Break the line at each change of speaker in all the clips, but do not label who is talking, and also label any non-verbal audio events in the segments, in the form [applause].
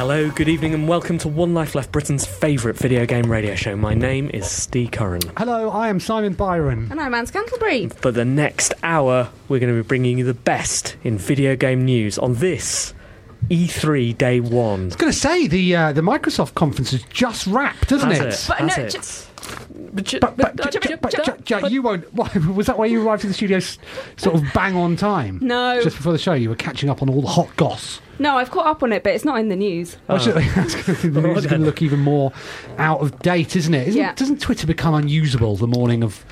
Hello, good evening, and welcome to One Life Left Britain's favourite video game radio show. My name is Steve Curran.
Hello, I am Simon Byron.
And I'm Anne Scantlebury.
For the next hour, we're going to be bringing you the best in video game news on this E3 Day 1.
I was going to say the uh, the Microsoft conference has just wrapped, hasn't
That's
it?
But no,
That's it.
just-
But, but,
uh,
j- j- but, j- j- you won't. Why, [laughs] was that why you arrived at the studio s- sort of bang on time?
No.
Just before the show, you were catching up on all the hot goss.
No, I've caught up on it, but it's not in the news.
Oh.
I should- [laughs] that's gonna- the news is going to look even more out of date, isn't it? Isn't,
Yeah.
Doesn't Twitter become unusable the morning of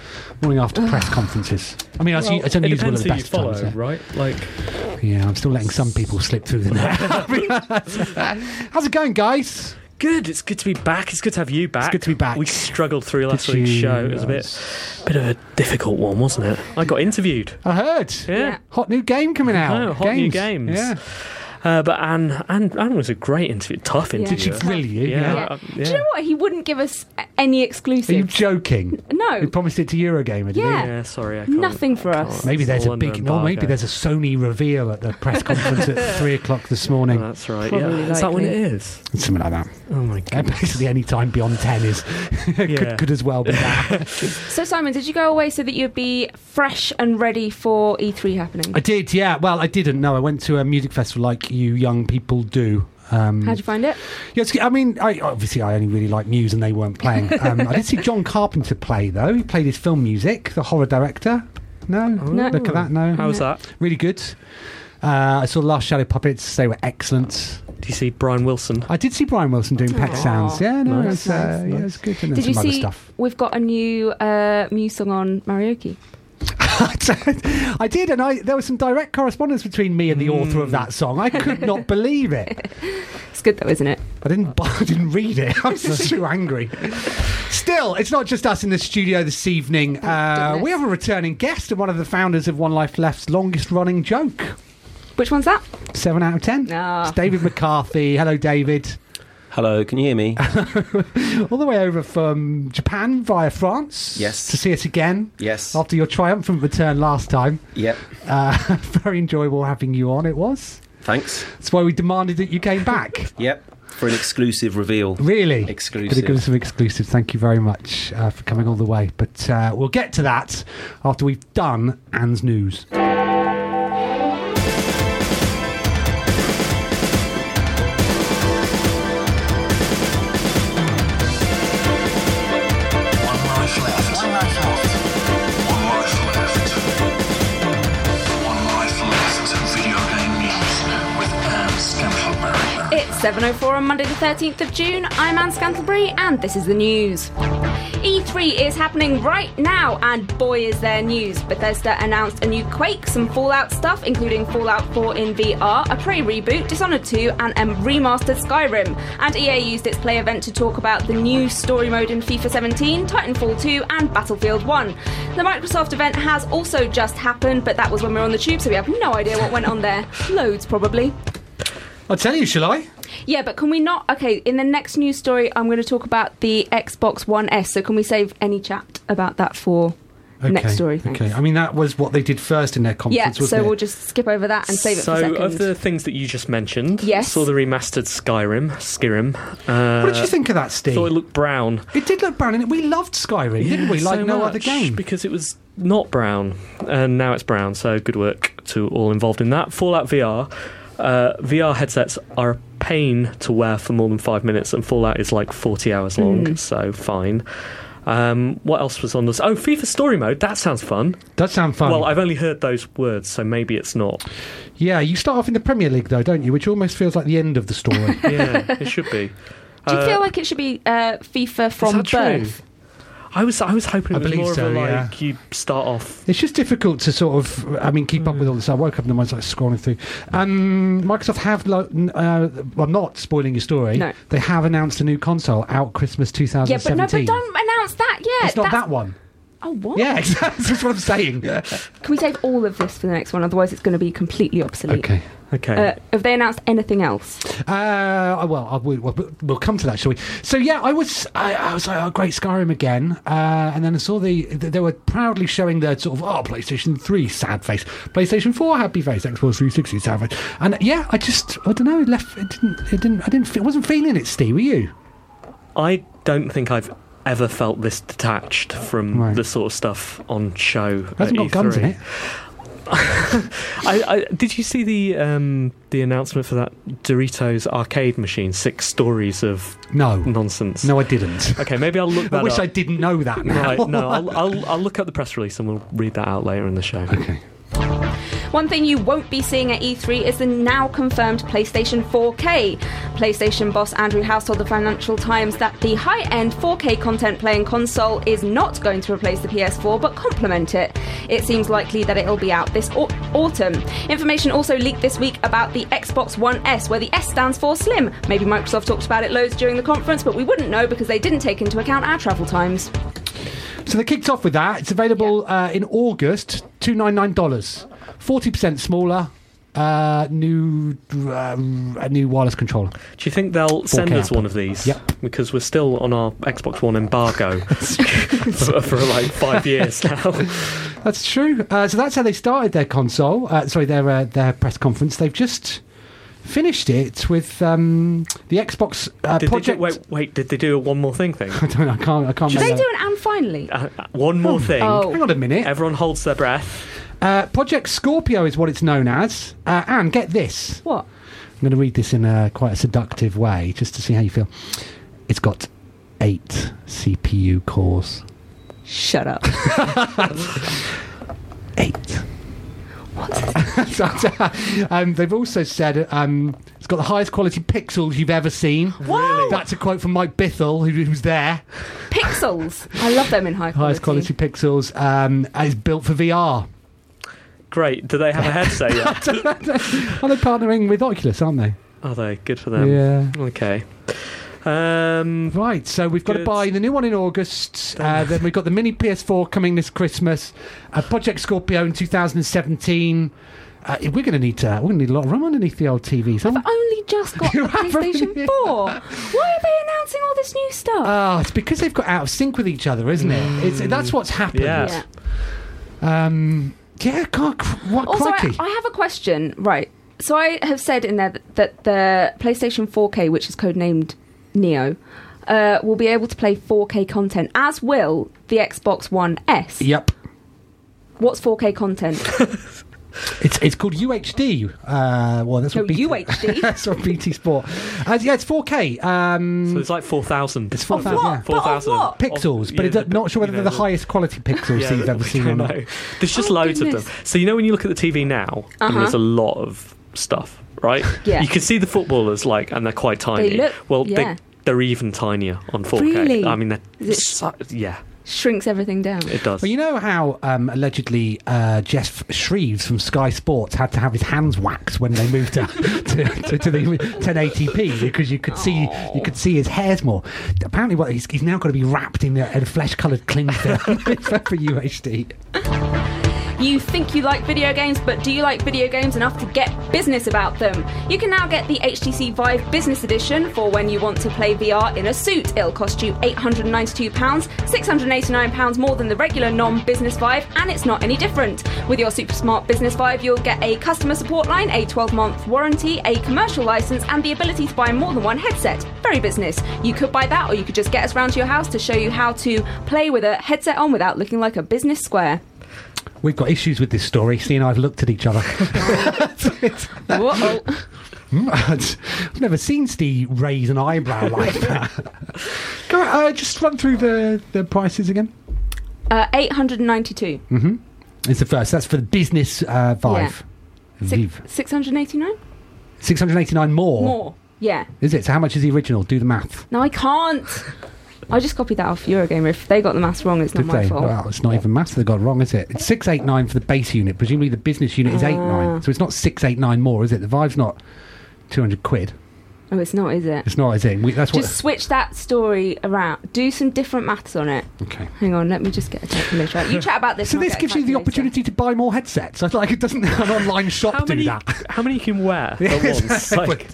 morning after press conferences? I mean, it's, it's
it
unusable
depends
at the
who you
best
follow,
times. yeah.
right? Like,
Yeah, I'm still letting some people slip through the net.
[laughs]
[laughs] How's it going, guys?
good. It's good to be back. It's good to have you back.
good to be back.
We struggled through last
Did
week's
you-
show. It was a bit, bit of a difficult one, wasn't it? I got interviewed.
I heard.
Yeah.
Hot new game coming out.
No, hot new games.
Oh, Yeah.
Uh, but Anne, Anne, Anne was a great interview. Tough interview.
Did she
Really? you?
Yeah.
Yeah.
uh,
Do you know what? He wouldn't give us a- any
Um, Are you
exclusives.
joking? He
no,
promised it to Eurogamer, didn't
Yeah.
he?
Yeah, sorry, I can't.
nothing for us.
Maybe
It's
there's
all
a
under
big. Well, maybe
embargo.
there's a Sony reveal at the press conference at three o'clock this morning.
That's right. Yeah.
Probably
Is that when it
likely.
is?
Something like that.
Oh my
Yeah,
god.
basically, any time beyond ten is [laughs]
Yeah.
could, could as well be
[laughs]
that.
So, Simon, did you go away so that you'd be fresh and ready for E3 happening?
I did. Yeah. Well, I didn't. No, I went to a music festival like you young people do. Um,
How'd you find it?
Yes, I mean, I, obviously, I only really like Muse, and they weren't
[laughs]
playing. Um, I did see John Carpenter play though. He played his film music, the horror director. No,
No.
look at that. No,
How was that?
really good. Uh, I saw Last Shadow Puppets. They were excellent.
Do you see Brian Wilson?
I did see Brian Wilson doing Pet
Aw.
Sounds. Yeah, no,
Nice.
it's, uh, yeah, it's good. And then
Did you
some other
see?
stuff. [laughs]
We've got a new uh, Muse song on Marioki.
I did, and I there was some direct correspondence between me and
Hmm.
the author of that song. I could not believe it.
It's good though, isn't it?
I didn't. [laughs] bu- I didn't read it. I was just too angry. Still, it's not just us in the studio this evening. Uh,
Oh, goodness.
we have a returning guest and one of the founders of One Life Left's longest-running joke.
Which one's that?
Seven out of ten.
Ah.
It's David McCarthy. Hello, David.
Hello, can you hear me?
All the way over from Japan via France.
Yes.
To see us again
yes.
after your triumphant return last time.
Yep.
Uh, very enjoyable having you on. It was.
Thanks.
That's why we demanded that you came back.
Yep. For an exclusive reveal.
Really?
Exclusive.
Could have given us some exclusives. Thank you very much uh, for coming all the way. But uh, we'll get to that after we've done Anne's news.
One life left. One life left. One life left. Video game news with Anne Scantleberry.
oh It's 7.04 on Monday the 13th of June. I'm Anne Scantlebury and this is the news. E3 is happening right now, and boy is there news. Bethesda announced a new Quake, some Fallout stuff, including Fallout 4 in VR, a Prey reboot, Dishonored 2, and a remastered Skyrim. And EA used its play event to talk about the new story mode in FIFA 17, Titanfall 2, and Battlefield 1. The Microsoft event has also just happened, but that was when we were on the tube, so we have no idea what went on there. Loads, probably.
I'll tell you, shall I?
Yeah, but can we not? Okay, in the next news story, I'm going to talk about the Xbox One S. So can we save any chat about that for next story? Thanks.
Okay. I mean, that was what they did first in their
Yeah,
conference,
so
wasn't
we'll
it?
just skip over that and save it for
so,
second.
of the things that you just mentioned,
Yes.
saw the remastered Skyrim, Skyrim. Uh,
what did you think of that, Steve?
Thought it looked brown.
It did look brown, and we loved Skyrim, didn't we?
Yeah,
Like
so
no
much,
other game.
because it was not brown, and now it's brown. So good work to all involved in that. Fallout VR, uh, VR headsets are a pain to wear for more than five minutes, and Fallout is like forty hours long.
Hmm.
So fine. Um, what else was on this? Oh, FIFA Story Mode. That sounds fun.
Does sound fun.
well, I've only heard those words, so maybe it's not.
yeah, you start off in the Premier League though, don't you? Which almost feels like the end of
[laughs]
the story. [laughs]
Yeah, it should be.
Do you feel like it should be uh, FIFA from
that true?
birth?
I was I was hoping
I
it was
believe
more
so,
of a
yeah.
like you start off.
It's just difficult to sort of, I mean, keep up
Mm.
with all this. I woke up and I was like scrolling through. Um, Microsoft have, lo- n- uh, well, I'm not spoiling your story.
No.
They have announced a new console out Christmas
Yeah, but
2017.
no, but don't announce that yet.
it's not
That's-
that one.
Oh, what?
Yeah, [laughs] exactly. That's what I'm saying.
Can we save all of this for the next one? Otherwise, it's going to be completely obsolete.
Okay.
Okay.
Uh, have they announced anything else?
Uh, well, I, we, we'll, we'll come to that, shall we? So yeah, I was I, I was like, oh, great Skyrim again, uh, and then I saw the th- they were proudly showing their sort of oh PlayStation Three sad face, PlayStation Four happy face, Xbox Three Sixty sad face, and uh, yeah, I just I don't know, it left it didn't it didn't I didn't fe- I wasn't feeling it, Steve. Were you?
I don't think I've ever felt this detached from
Right.
the sort of stuff on show.
It hasn't
at
got guns
E3.
in it.
I, I, did you see the um, the announcement for that Doritos arcade machine? Six stories of
No,
nonsense.
no, I didn't.
Okay, maybe I'll look that
[laughs] I wish
up.
I didn't know that. [laughs] Now.
Right, no, I'll, I'll, I'll look up the press release and we'll read that out later in the show.
Okay.
One thing you won't be seeing at E3 is the now confirmed PlayStation 4K. PlayStation boss Andrew House told the Financial Times that the high end 4K content playing console is not going to replace the PS4 but complement it. It seems likely that it'll be out this au- autumn. Information also leaked this week about the Xbox One S, where the S stands for slim. Maybe Microsoft talked about it loads during the conference, but we wouldn't know because they didn't take into account our travel times.
So they kicked off with that. It's available uh, in August, two nine nine dollars, forty percent smaller. Uh, new um, a new wireless controller.
Do you think they'll send us
Apple.
one of these?
Yep.
Because we're still on our Xbox One
[laughs]
embargo for, for like five years now.
That's true. Uh, so that's how they started their console. Uh, sorry, their uh, their press conference. They've just finished it with um, the Xbox uh,
Did
project.
they do, wait, wait, did they do a one more thing thing?
[laughs] I don't. know, I can't. I can't.
Should
make
they
that-
do an and finally?
Uh, one more
Hmm.
thing.
Oh.
Hang on a minute.
Everyone holds their breath.
Uh, project Scorpio is what it's known as. Uh, and get this.
What?
I'm going to read this in a quite a seductive way, just to see how you feel. It's got eight CPU cores.
Shut up. [laughs]
Eight. [laughs] What? um, they've also said um, it's got the highest quality pixels you've ever seen.
Wow.
That's a quote from Mike Bithell, who, who's there.
Pixels. I love them in high quality.
Highest quality pixels. Um, and it's built for VR.
Great. Do they have a
[laughs]
headset yet?
Are they partnering with Oculus, aren't they?
Are they? Good for them.
Yeah.
Okay. Um,
Right, so we've got to
Good.
buy the new one in August. Uh, then we've got the mini PS4 coming this Christmas. Uh, Project Scorpio in 2017. Uh, we're going to need to, we're going to need a lot of room underneath the old TVs. haven't we?
I've only just got
[laughs]
the
You haven't?
PlayStation 4. Why are they announcing all this new stuff?
Ah, it's because they've got out of sync with each other, isn't it? It's, that's what's happened.
Mm, Yeah.
yeah.
Um, yeah, God, cr- what
Also, I,
crikey.
I have a question. Right. So I have said in there that, that the PlayStation 4K, which is codenamed Neo, uh, will be able to play 4K content, as will the Xbox One S.
yep.
What's
[laughs]
4K content?
It's, it's called UHD. Uh, well, that's
No,
what BT,
UHD.
[laughs] that's what BT Sport. Uh, yeah, it's 4K. Um,
so it's like 4,000.
It's 4,000,
Of what?
yeah.
But of
4,000.
what?
pixels, but
yeah,
it's not sure whether
you know,
they're the highest quality pixels
yeah,
you've ever
I
seen or not.
know. There's just
Oh,
loads of
goodness.
them. So you know when you look at the TV now, and
Uh-huh.
there's a lot of stuff, right?
[laughs] Yeah.
You can see the footballers like, and they're quite tiny.
They look-
well,
yeah.
they They're even tinier on 4K.
Really?
I mean, they're
Is it-
so- yeah,
Shrinks everything down.
it does.
Well, you know how um, allegedly uh, Jeff Shreves from Sky Sports had to have his hands waxed when they moved to, [laughs] to, to, to the 1080p because you could see you could see his hairs more. Apparently, what he's, he's now got to be wrapped in a, in a flesh-coloured cling film [laughs] for UHD.
You think you like video games, but do you like video games enough to get business about them? You can now get the HTC Vive Business Edition for when you want to play VR in a suit. It'll cost you £892, £689 more than the regular non business Vive, and it's not any different. With your super smart business Vive, you'll get a customer support line, a 12 month warranty, a commercial license, and the ability to buy more than one headset. Very business. You could buy that, or you could just get us round to your house to show you how to play with a headset on without looking like a business square.
We've got issues with this story. See and I've looked at each other. [laughs]
Whoa.
I've never seen Steve raise an eyebrow like that. Go on, uh, just run through the, the prices again.
Uh, 892.
Mm-hmm. It's the first. That's for the business uh, Vive. Vive.
689?
689 more.
More. Yeah.
Is it? So how much is the original? Do the math.
No, I can't. I just copied that off Eurogamer. If they got the maths wrong, it's not
Did
my
they?
fault.
Well, it's not even maths they got wrong, is it? It's 689 for the base unit. Presumably the business unit is 89. So it's not 689 more, is it? The Vive's not 200 quid.
Oh, it's not, is it?
It's not, is it? We, that's what.
Just switch that story around. Do some different maths on it.
okay.
Hang on, let me just get a calculator out. You chat about
[laughs]
this.
So
and I'll
this
get a
gives you the
calculator.
opportunity to buy more headsets. I like it doesn't [laughs] an online shop
how
do
many?
that. [laughs]
How many you can wear at once? Like,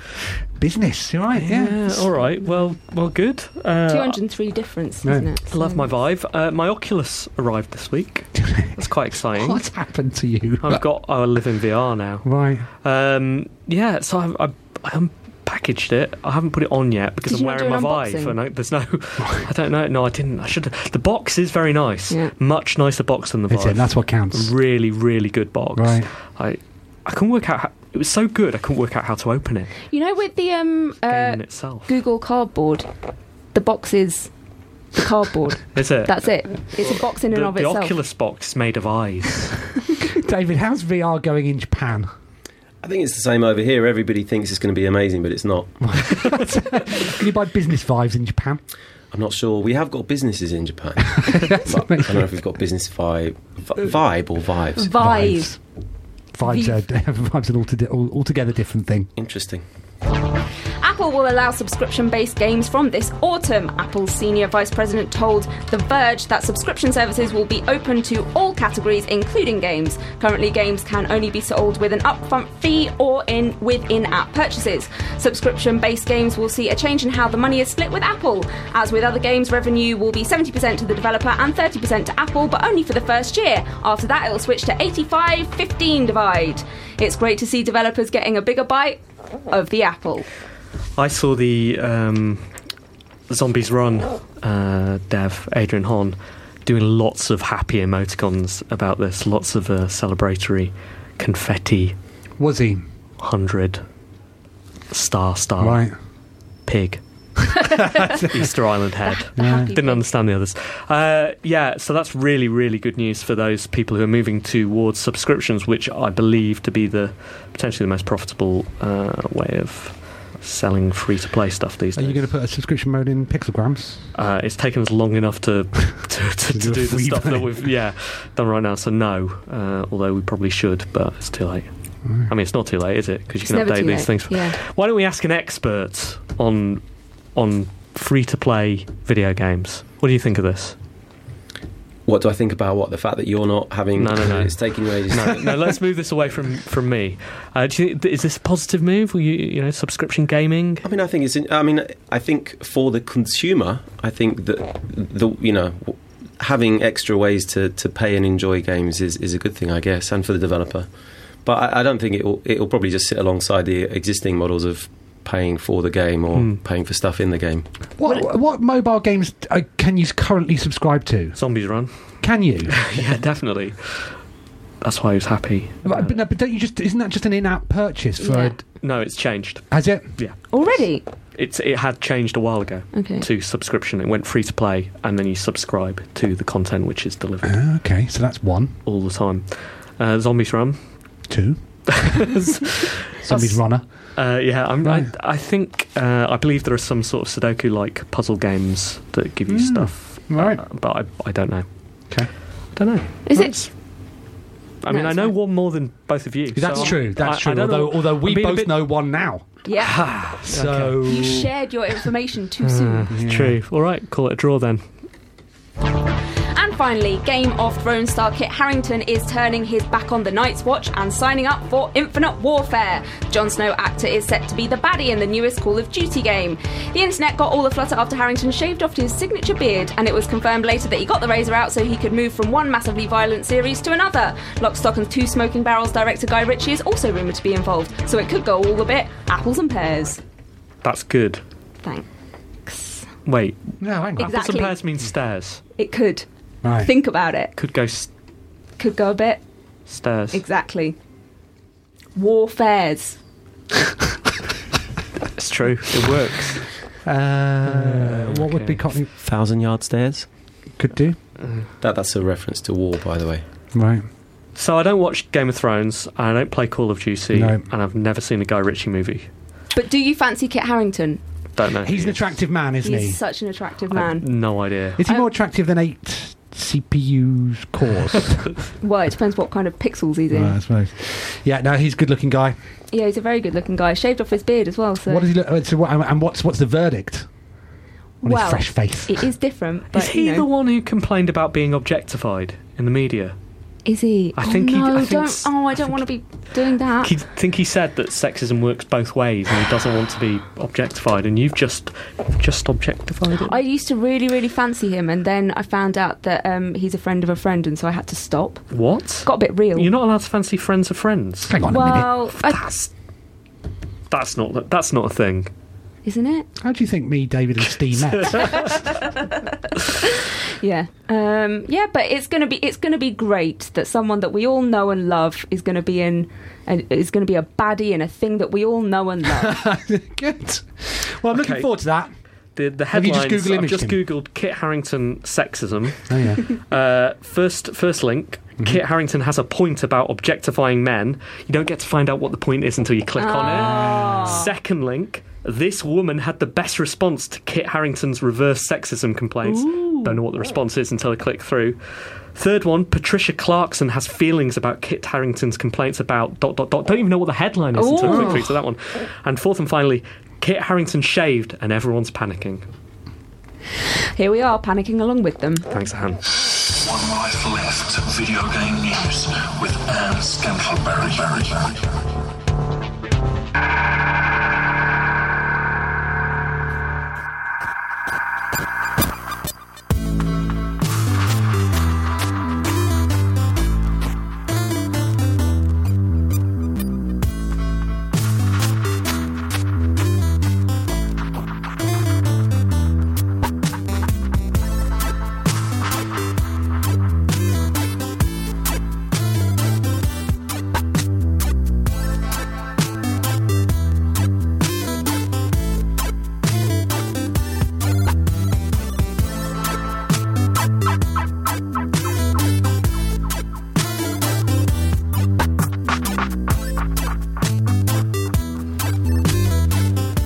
Business, you're right. Yeah.
yeah, all right. Well, well, good. Uh,
203 difference,
No.
isn't it?
I love my Vive. Uh, my Oculus arrived this
[laughs]
week. That's quite exciting.
What's happened to you?
I've got. I live in VR now.
[laughs] Right.
Um, yeah, so I've, I've, I unpackaged it. I haven't put it on yet because
Did
I'm
you
wearing
not
my
do an
Vive,
unboxing?
and I, there's no. I don't know. No, I didn't. I should. The box is very nice.
Yeah.
Much nicer box than the
That's
Vive.
it. That's what counts.
really, really good box.
Right.
I, I couldn't work out. How, it was so good. I couldn't work out how to open it.
You know, with the um,
Game
uh,
in itself.
Google Cardboard, the box is the cardboard.
Is it?
That's it. It's a box in and
the,
of
the
itself.
Oculus box made of eyes.
[laughs] David, how's VR going in Japan?
I think it's the same over here. Everybody thinks it's going to be amazing, but it's not.
Can you buy business vibes in Japan?
I'm not sure. We have got businesses in Japan. But I don't know if we've got business vibe, vi- vibe or vibes.
Vive.
Vibes are, [laughs] vibes are an altogether, altogether different thing.
Interesting.
Apple will allow subscription based games from this autumn. Apple's senior vice president told The Verge that subscription services will be open to all categories, including games. Currently, games can only be sold with an upfront fee or in with in app purchases. Subscription based games will see a change in how the money is split with Apple. As with other games, revenue will be 70% to the developer and 30% to Apple, but only for the first year. After that, it'll switch to 85 15 divide. It's great to see developers getting a bigger bite of the Apple.
I saw the um, Zombies Run uh, dev Adrian Hon doing lots of happy emoticons about this. Lots of uh, celebratory confetti,
Was he?
hundred star star
Right. [laughs]
pig. Easter Island head. Didn't understand the others. Uh, yeah, so that's really, really good news for those people who are moving towards subscriptions, which I believe to be the potentially the most profitable uh, way of selling free to play stuff these
Are
days.
you going to put a subscription mode in pixelgrams?
uh, it's taken us long enough [laughs] to to, to,
do
to
a
do the
free
stuff
play.
that we've yeah done right now. So no, uh, although we probably should, but it's too late. I mean, it's not too late, is it? Because you
It's
can
never
update
too
these
late,
things.
yeah.
Why don't we ask an expert on on free to play video games? What do you think of this?
What do I think about what? The fact that you're not having.
No, no, no.
It's taking you ages.
No,
[laughs]
no let's move this away from from me. Uh, do you think, is this a positive move? Will you you know subscription gaming?
I mean, I think it's. in- I mean, I think for the consumer, I think that the you know w- having extra ways to, to pay and enjoy games is, is a good thing, I guess, and for the developer. But I, I don't think it will. It will probably just sit alongside the existing models of paying for the game or paying for stuff in the game.
What, what mobile games uh, can you currently subscribe to?
Zombies [laughs] Run?
Can you?
yeah, definitely. That's why he was happy.
[laughs] but, but no, but don't you just? Isn't that just an in-app purchase for?
Yeah.
No, it's changed.
Has it?
Yeah.
Already?
It's it had changed a while ago
Okay.
to subscription. It went free to play, and then you subscribe to the content which is delivered
Uh, Okay, so that's one,
all [laughs] the time. Uh, Zombies Run,
two. Zombies runner.
Uh, yeah, I'm,
Right.
I, I think uh, I believe there are some sort of Sudoku-like puzzle games that give you
Hmm.
stuff,
Right.
but I, I don't know.
Okay.
I don't know.
Is it-
That's- I
No,
mean, I
it's
know
fine.
one more than both of you.
That's
so I'm-
true. That's
I- I
true.
don't
although,
know.
although
I'm
we
being a
both
bit-
know one now.
Yeah.
So
you shared your information too soon.
True. All right, call it a draw then.
And finally, Game of Thrones star Kit Harrington is turning his back on the Night's Watch and signing up for Infinite Warfare. Jon Snow actor is set to be the baddie in the newest Call of Duty game. The internet got all the flutter after Harrington shaved off his signature beard, and it was confirmed later that he got the razor out so he could move from one massively violent series to another. Lock, Stock and Two Smoking Barrels director Guy Ritchie is also rumoured to be involved, so it could go all a bit apples and pears.
That's good.
Thanks.
Wait,
no, hang on.
Exactly.
apples and pears means stairs.
It could.
Right.
Think about it.
Could go s-
Could go a bit
stairs.
Exactly. Warfares.
It's true. It works.
Uh, what would be Cockney
Thousand yard stairs.
could do?
That, that's a reference to war, by the way.
Right.
So I don't watch Game of Thrones, and I don't play Call of Duty,
No.
and I've never seen a Guy Ritchie movie.
But do you fancy Kit Harrington?
Don't know.
He's an attractive man, isn't
He's
he?
such an attractive
I have
man.
no idea.
Is he more attractive than eight CPUs cores?
[laughs] Well, it depends what kind of pixels he's in.
Right, I suppose. Yeah, no, he's a good-looking guy.
Yeah, he's a very good looking guy. Shaved off his beard as well, so
What does he look? uh, So what, and what's what's the verdict on
well,
his fresh face?
It is different. But,
Is he
you know,
the one who complained about being objectified in the media?
Is he?
I
oh,
think he-
no,
I think
don't.
s-
Oh, I
I
don't
think
want to be doing that.
He think he said that sexism works both ways, and he doesn't want to be objectified, and you've just just objectified him.
I used to really, really fancy him, and then I found out that um, he's a friend of a friend, and so I had to stop.
what?
Got a bit real.
You're not allowed to fancy friends of friends.
Hang on a minute.
well, I,
That's that's not that's not a thing.
isn't it?
How do you think me, David, and Steve
[laughs]
met? [laughs]
Yeah. Um, yeah, but it's gonna be it's gonna be great that someone that we all know and love is gonna be in
uh,
and is gonna be a baddie in a thing that we all know and
[laughs]
love.
good. Well, I'm looking
Okay.
forward to
[laughs]
that.
The the
Have you
headlines.
just Google
I've
imaged
just
him?
googled Kit Harrington sexism.
Oh yeah.
Uh, first, first link. Kit Harrington has a point about objectifying men. You don't get to find out what the point is until you click on it. Second link. This woman had the best response to Kit Harrington's reverse sexism complaints. Don't know what the response is until I click through. Third one, Patricia Clarkson has feelings about Kit Harrington's complaints about dot dot dot. Don't even know what the headline is until I click through to that one. And fourth and finally, Kit Harrington shaved and everyone's panicking.
Here we are panicking along with them.
Thanks, Anne.
One life left. Video game news with Anne Scantleberry.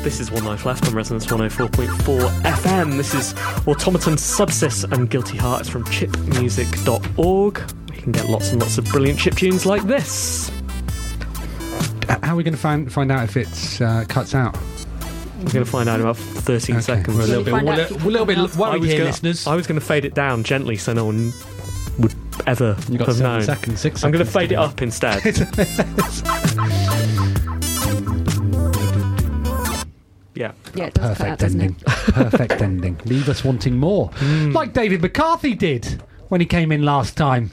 This is One oh Life Left on Resonance 104.4 FM. This is Automaton Subsys and Guilty Heart. It's from chipmusic.org. You can get lots and lots of brilliant chip tunes like this.
Uh, How are we going to find find out if it's uh, cuts out?
We're going to find out in about 13
Okay,
seconds.
We're a little
you
bit, Uh, we're a
find out if
little,
you
we're a little
can
bit worried here,
gonna,
listeners.
I was going to fade it down gently so no one would ever
You got
have
seven
known.
seconds, six
I'm going to
seconds to
fade it
go.
up
[laughs]
instead. yeah.
Yeah, it does cut out,
Perfect
doesn't
ending.
it?
Perfect [laughs] ending. Leave us wanting more, like David McCarthy did when he came in last time.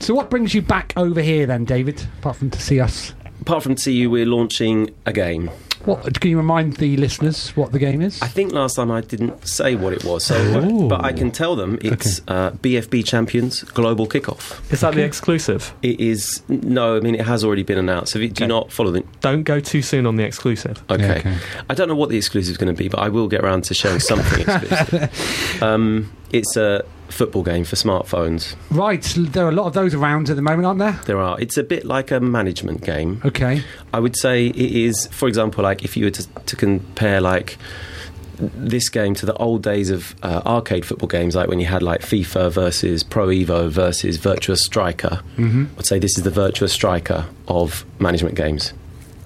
So, what brings you back over here then, David? Apart from to see us,
Apart from TU, we're launching a game.
what can you remind the listeners what the game is?
I think last time I didn't say what it was, so
Ooh.
but I can tell them it's uh, BFB Champions Global Kickoff.
Is that the exclusive?
It is no, I mean it has already been announced. If you do you not follow the
Don't go too soon on the exclusive.
Okay.
Yeah, okay.
I don't know
[laughs]
what the exclusive is going to be, but I will get around to showing something exclusive. um, it's a football game for smartphones.
Right, there are a lot of those around at the moment, aren't there?
There are. It's a bit like a management game.
Okay.
I would say it is, for example, like if you were to, to compare like this game to the old days of uh, arcade football games, like when you had like FIFA versus Pro Evo versus Virtuous Striker. Mm-hmm. I'd say this is the Virtuous Striker of management games.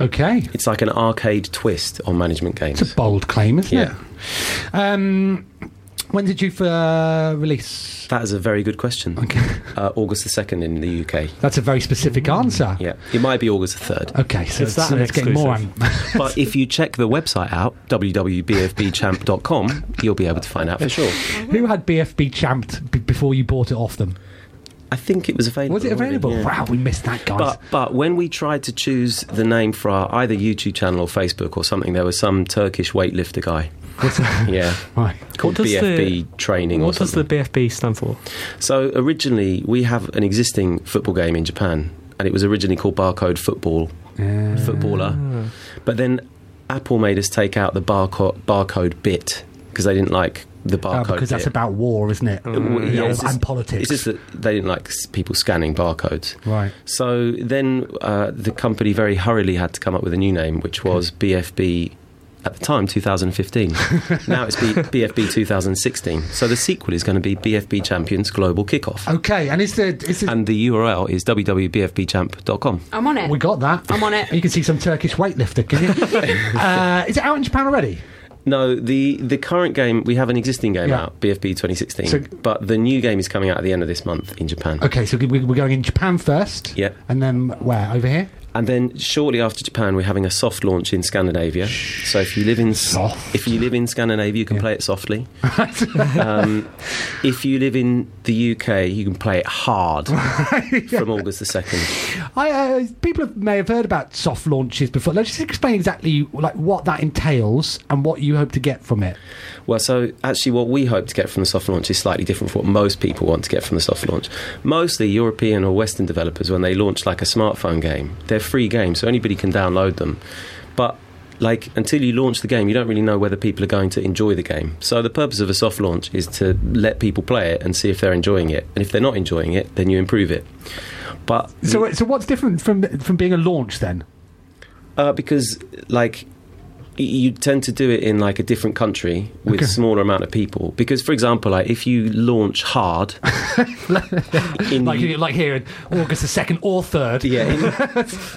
Okay.
It's like an arcade twist on management games.
[laughs] It's a bold claim, isn't
Yeah.
it? Um, when did you uh, release? [laughs]
That is a very good question.
Okay.
Uh, August the 2nd in the UK.
That's a very specific answer.
Yeah. It might be August the 3rd.
Okay, so
It's
it's, that
an
it's getting more.
exclusive.
um,
But if you check the website out, www.bfbchamp.com, you'll be able to find out for sure.
[laughs] Who had BFB champed b- before you bought it off them?
I think it was available.
Was it
already,
available?
yeah.
Wow, we missed that, guys.
But but when we tried to choose the name for our either YouTube channel or Facebook or something, there was some Turkish weightlifter guy. yeah.
right.
Called
does the-
BFB training or
What does the
something.
BFB stand for?
so originally we have an existing football game in Japan, and it was originally called Barcode Football Footballer,
Ah.
but then Apple made us take out the barcode barcode bit because they didn't like the
Uh,
barcode.
because that's
bit.
about war, isn't it? Mm,
Well, yeah,
and
it's just- It's
politics.
just that they didn't like s- people scanning barcodes.
Right.
So then uh, the company very hurriedly had to come up with a new name, which was BFB. At the time,
[laughs]
2015. now it's B- BFB 2016. So the sequel is going to be BFB Champions Global Kickoff,
Okay, and is the is the,
and the URL is E www.bfbchamp.com.
I'm on it.
we got that?
I'm on it.
You can see some Turkish weightlifter. Can
[laughs]
you? uh, is it out in Japan already?
No, the the current game we have an existing game
Yeah.
out, BFB 2016,
So-
but the new game is coming out at the end of this month in Japan.
Okay, so we- we're going in Japan first.
Yeah.
And then where? Over here?
And then shortly after Japan, we're having a soft launch in Scandinavia. So if you live in
Soft.
if you live in Scandinavia, you can play it
[laughs]
softly. um, if you live in the UK, you can play it
[laughs]
hard from August the second.
I, uh, people have, may have heard about soft launches before. Let's just explain exactly like what that entails and what you hope to get from it.
Well, so actually, what we hope to get from the soft launch is slightly different from what most people want to get from the soft launch. Mostly, European or Western developers, when they launch like a smartphone game, they're free games, so anybody can download them. But like until you launch the game, you don't really know whether people are going to enjoy the game. So the purpose of a soft launch is to let people play it and see if they're enjoying it. And if they're not enjoying it, then you improve it. But
So, so what's different from from being a launch then?
uh, because like y- you tend to do it in like a different country with
Okay.
smaller amount of people. Because for example, like if you launch
[laughs]
hard, in
Like
the,
like here in August the second or third.
yeah,
[laughs]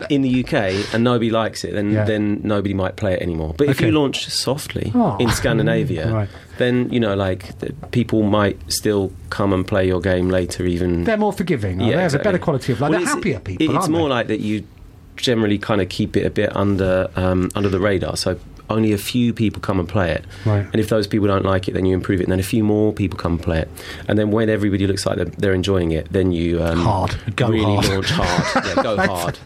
in, in the UK and nobody likes it, then
Yeah.
then nobody might play it anymore. But if
Okay.
you launch softly
Oh.
in Scandinavia,
[laughs] Right.
then you know like the, people might still come and play your game later, even
They're more forgiving. Are Oh, they? have
exactly.
a better quality of life.
Well,
They're
it's-
happier people.
It's
aren't
more
they?
like that you generally kind of keep it a bit under um, under the radar. So only a few people come and play it,
Right.
and if those people don't like it, then you improve it. And then a few more people come and play it, and then when everybody looks like they're, they're enjoying it, then you um,
Hard. Go
really
hard.
launch
[laughs]
hard, yeah, go hard.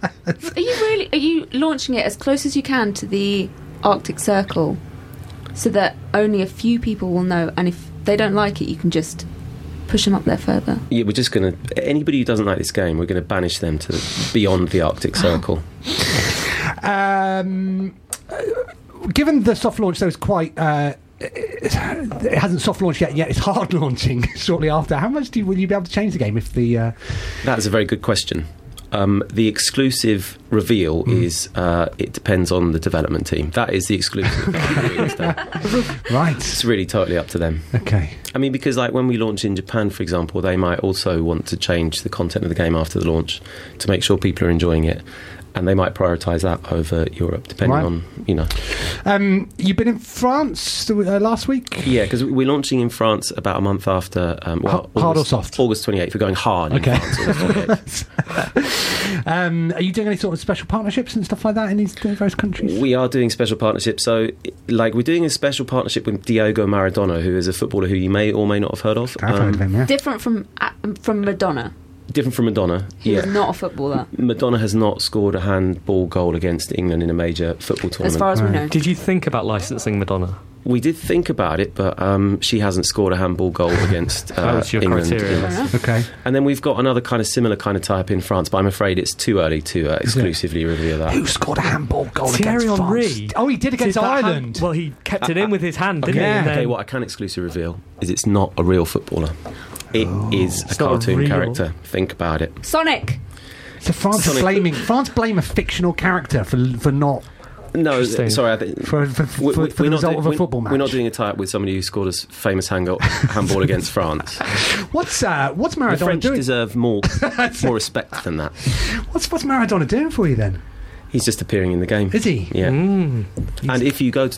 Are you really? Are you launching it as close as you can to the Arctic Circle, so that only a few people will know? And if they don't like it, you can just push them up there further.
Yeah, we're just gonna anybody who doesn't like this game, we're gonna banish them to the, beyond the Arctic Circle.
Um, uh, given the soft launch, though, is quite. Uh, it hasn't soft launched yet. Yet it's hard [laughs] launching shortly after. How much do you, will you be able to change the game if the? Uh,
That's a very good question. Um, the exclusive reveal
Hmm.
is uh, it depends on the development team. That is the
[laughs]
exclusive.
right.
it's really totally up to them.
Okay.
I mean, because like when we launch in Japan, for example, they might also want to change the content of the game after the launch to make sure people are enjoying it, and they might prioritise that over Europe, depending
Right.
on you know.
Um, you've been in France the- uh, last week.
Yeah, because we're launching in France about a month after. Um, well,
H- hard or
August-
soft?
August twenty eighth. We're going hard. in
Okay.
France, August 28th.
Um, are you doing any sort of special partnerships and stuff like that in these various countries?
We are doing special partnerships. So, like, we're doing a special partnership with Diogo Maradona, who is a footballer who you may or may not have heard of.
I've heard of
Um,
him. Yeah.
Different from uh, from Madonna,
different from Madonna.
who
yeah.
was not a footballer,
Madonna has not scored a handball goal against England in a major football tournament.
as far as we know.
Did you think about licensing Madonna?
we did think about it, but um, she hasn't scored a handball goal against uh,
was your
England.
criteria.
Fair enough.
Okay.
And then we've got another kind of similar kind of type in France, but I'm afraid it's too early to uh, exclusively reveal that.
Who scored a handball goal
Thierry
against France?
Henry.
Oh, he did against
Did that hand-
Ireland.
well, he kept it in with his hand, didn't
Okay.
he? And
Okay,
then-
what I can exclusively reveal is it's not a real footballer. It is a
not a
cartoon
real-
character. Think about it.
Sonic.
So France
Sonic.
blaming France blame a fictional character for for not
No,
Interesting.
sorry. I think
For- for-
we-
for-
we-
for the
we're not
result
doing-
of a
we're-
football
We're
match.
not doing a tie-up with somebody who scored a s- famous
[laughs]
handball, handball against France.
What's uh, what's
The
Maradona
French
doing?
deserve
[laughs]
more more respect than that.
What's what's Maradona doing for you then?
He's just appearing in the game.
Is he? Hmm.
Yeah. And if you go to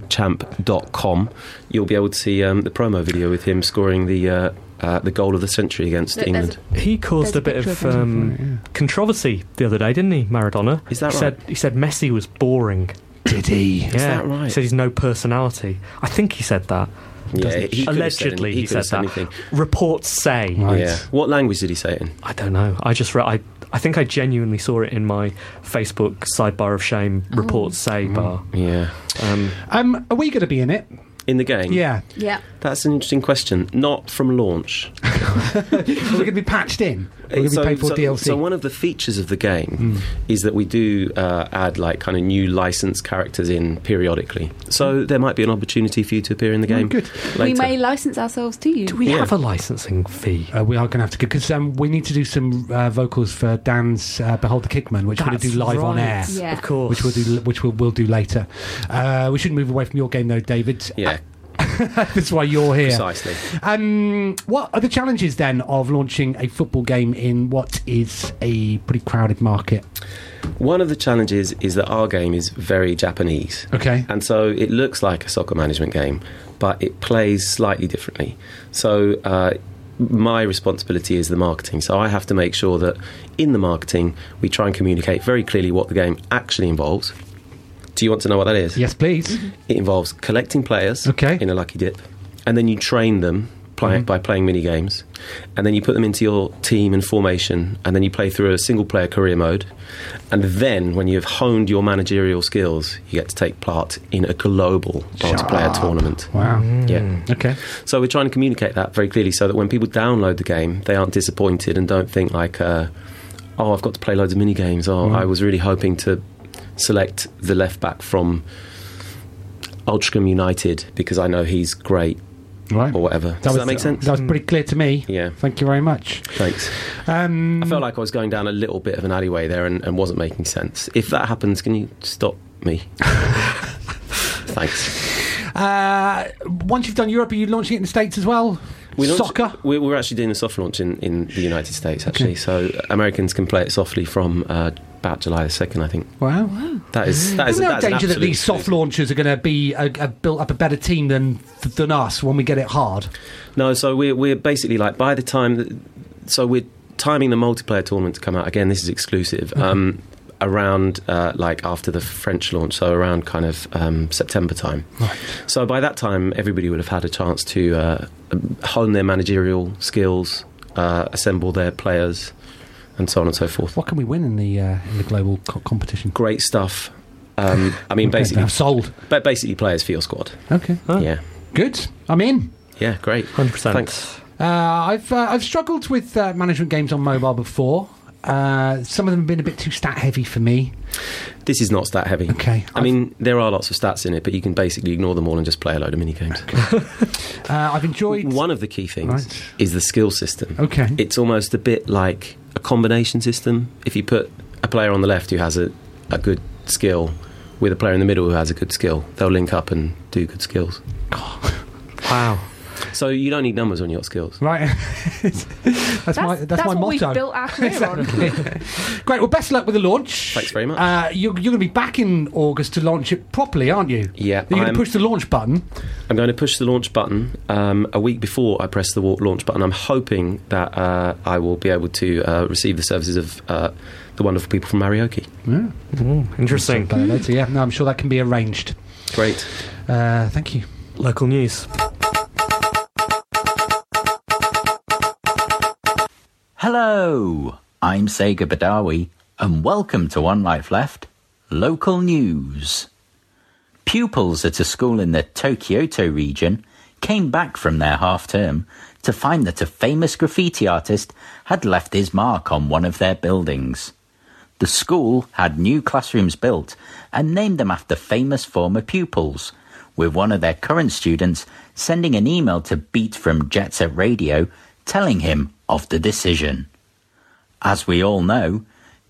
www.bfbchamp.com, you'll be able to see um, the promo video with him scoring the uh, uh, the goal of the century against
Look, there's
England.
He caused
There's a
a bit
picture of
of
him.
um, controversy the other day, didn't he, Maradona?
Is that
he
right?
Said, he said Messi was boring.
Did he?
yeah.
that right?
He said he's no personality. I could have said anything. He could have said anything. I
yeah, he
think he said that.
could have said
Allegedly,
any-
he,
could
said,
have
that.
anything.
Reports say.
Right.
Yeah. What language did he say it in?
I don't know. I just re- I I think I genuinely saw it in my Facebook sidebar of shame. Reports say
Mm.
bar.
Yeah.
Um,
Um, are we going to be in it?
In the game?
Yeah.
Yeah.
That's an interesting question. Not from launch.
Are we going to be patched in? Are we going to be paid for DLC?
so one of the features of the
Hmm.
game is that we do uh, add like kind of new licensed characters in periodically. So there might be an opportunity for you to appear in the game.
Hmm, good.
Later.
We may license ourselves to you.
do we
Yeah.
have a licensing fee?
uh, we are going to have to because um, we need to do some uh, vocals for Dan's uh, "Behold the Kickman," which we're going to
That's
do live on
right.
air.
Yeah.
Of course.
Which we'll do, which we'll, we'll do later. Uh, we shouldn't move away from your game though, David.
Yeah,
[laughs] That's why you're here.
precisely.
Um, what are the challenges then of launching a football game in what is a pretty crowded market?
One of the challenges is that our game is very Japanese.
Okay.
And so it looks like a soccer management game, but it plays slightly differently. So uh, my responsibility is the marketing. So I have to make sure that in the marketing, we try and communicate very clearly what the game actually involves. Do you want to know what that is?
Yes, please.
It involves collecting players
Okay.
in a lucky dip, and then you train them play, by playing mini games, and then you put them into your team and formation, and then you play through a single player career mode. And then, when you have honed your managerial skills, you get to take part in a global multiplayer tournament.
Wow.
Mm.
Yeah.
Okay.
So we're trying to communicate that very clearly, so that when people download the game, they aren't disappointed and don't think like, uh, "Oh, I've got to play loads of mini games." Oh,
Mm-hmm.
I was really hoping to select the left back from Ultracom United because I know he's great
Right.
or whatever. Oh. Does that make sense?
That was pretty clear to me.
Yeah.
Thank you very much.
Thanks.
Um,
I felt like I was going down a little bit of an alleyway there and, and wasn't making sense. If that happens, can you stop me? [laughs] Thanks.
uh, once you've done Europe, are you launching it in the States as well?
launched-
Soccer.
We're, we're actually doing a soft launch in, in the United States, actually. So Americans can play it softly from uh, about July the second, I think.
Wow.
That is that is
There's [gasps] no
that's an
danger that
absolute
these soft launchers are going to be uh uh built up a better team than than us when we get it hard.
No, so we're we're basically like by the time, that, so we're timing the multiplayer tournament to come out again. This is exclusive. Um, around uh, like after the French launch, so around kind of um, September time.
Right.
So by that time, everybody would have had a chance to uh, hone their managerial skills, uh, assemble their players, and so on and so forth.
What can we win in the uh, in the global co- competition?
great stuff. Um, I mean, basically,
I'm sold.
but basically players for your squad.
Okay.
Huh?
Yeah,
Good. I'm in.
yeah, great.
Hundred percent.
Thanks.
Uh, I've uh, I've struggled with uh, management games on mobile before. Uh, some of them have been a bit too stat heavy for me. Uh,
This is not stat heavy.
Okay,
I
I've-
mean, there are lots of stats in it, but you can basically ignore them all and just play a load of mini games.
Uh, I've enjoyed.
One of the key things
Right.
is the skill system.
Okay.
It's almost a bit like a combination system. If you put a player on the left who has a, a good skill with a player in the middle who has a good skill, they'll link up and do good skills.
Wow.
So you don't need numbers on your skills.
Right. [laughs] that's, my that's, my
what
motto. [laughs]
we've built our career on.
Great. Well, best luck with the launch.
Thanks very much.
Uh, you're you're going to be back in August to launch it properly, aren't you?
Yeah,
You're going
I'm- Hmm.
to push the launch button.
I'm going to push the launch button um, a week before I press the wa- launch button. I'm hoping that uh, I will be able to uh, receive the services of uh, the wonderful people from Marioki.
Interesting.
But later, yeah. No, I'm sure that can be arranged.
Great.
Uh, thank you.
Local news.
Hello, I'm Sega Badawi, and welcome to One Life Left Local News. Pupils at a school in the Tokyoto region came back from their half term to find that a famous graffiti artist had left his mark on one of their buildings. The school had new classrooms built and named them after famous former pupils, with one of their current students sending an email to Beat from Jet Set Radio telling him of the decision. As we all know,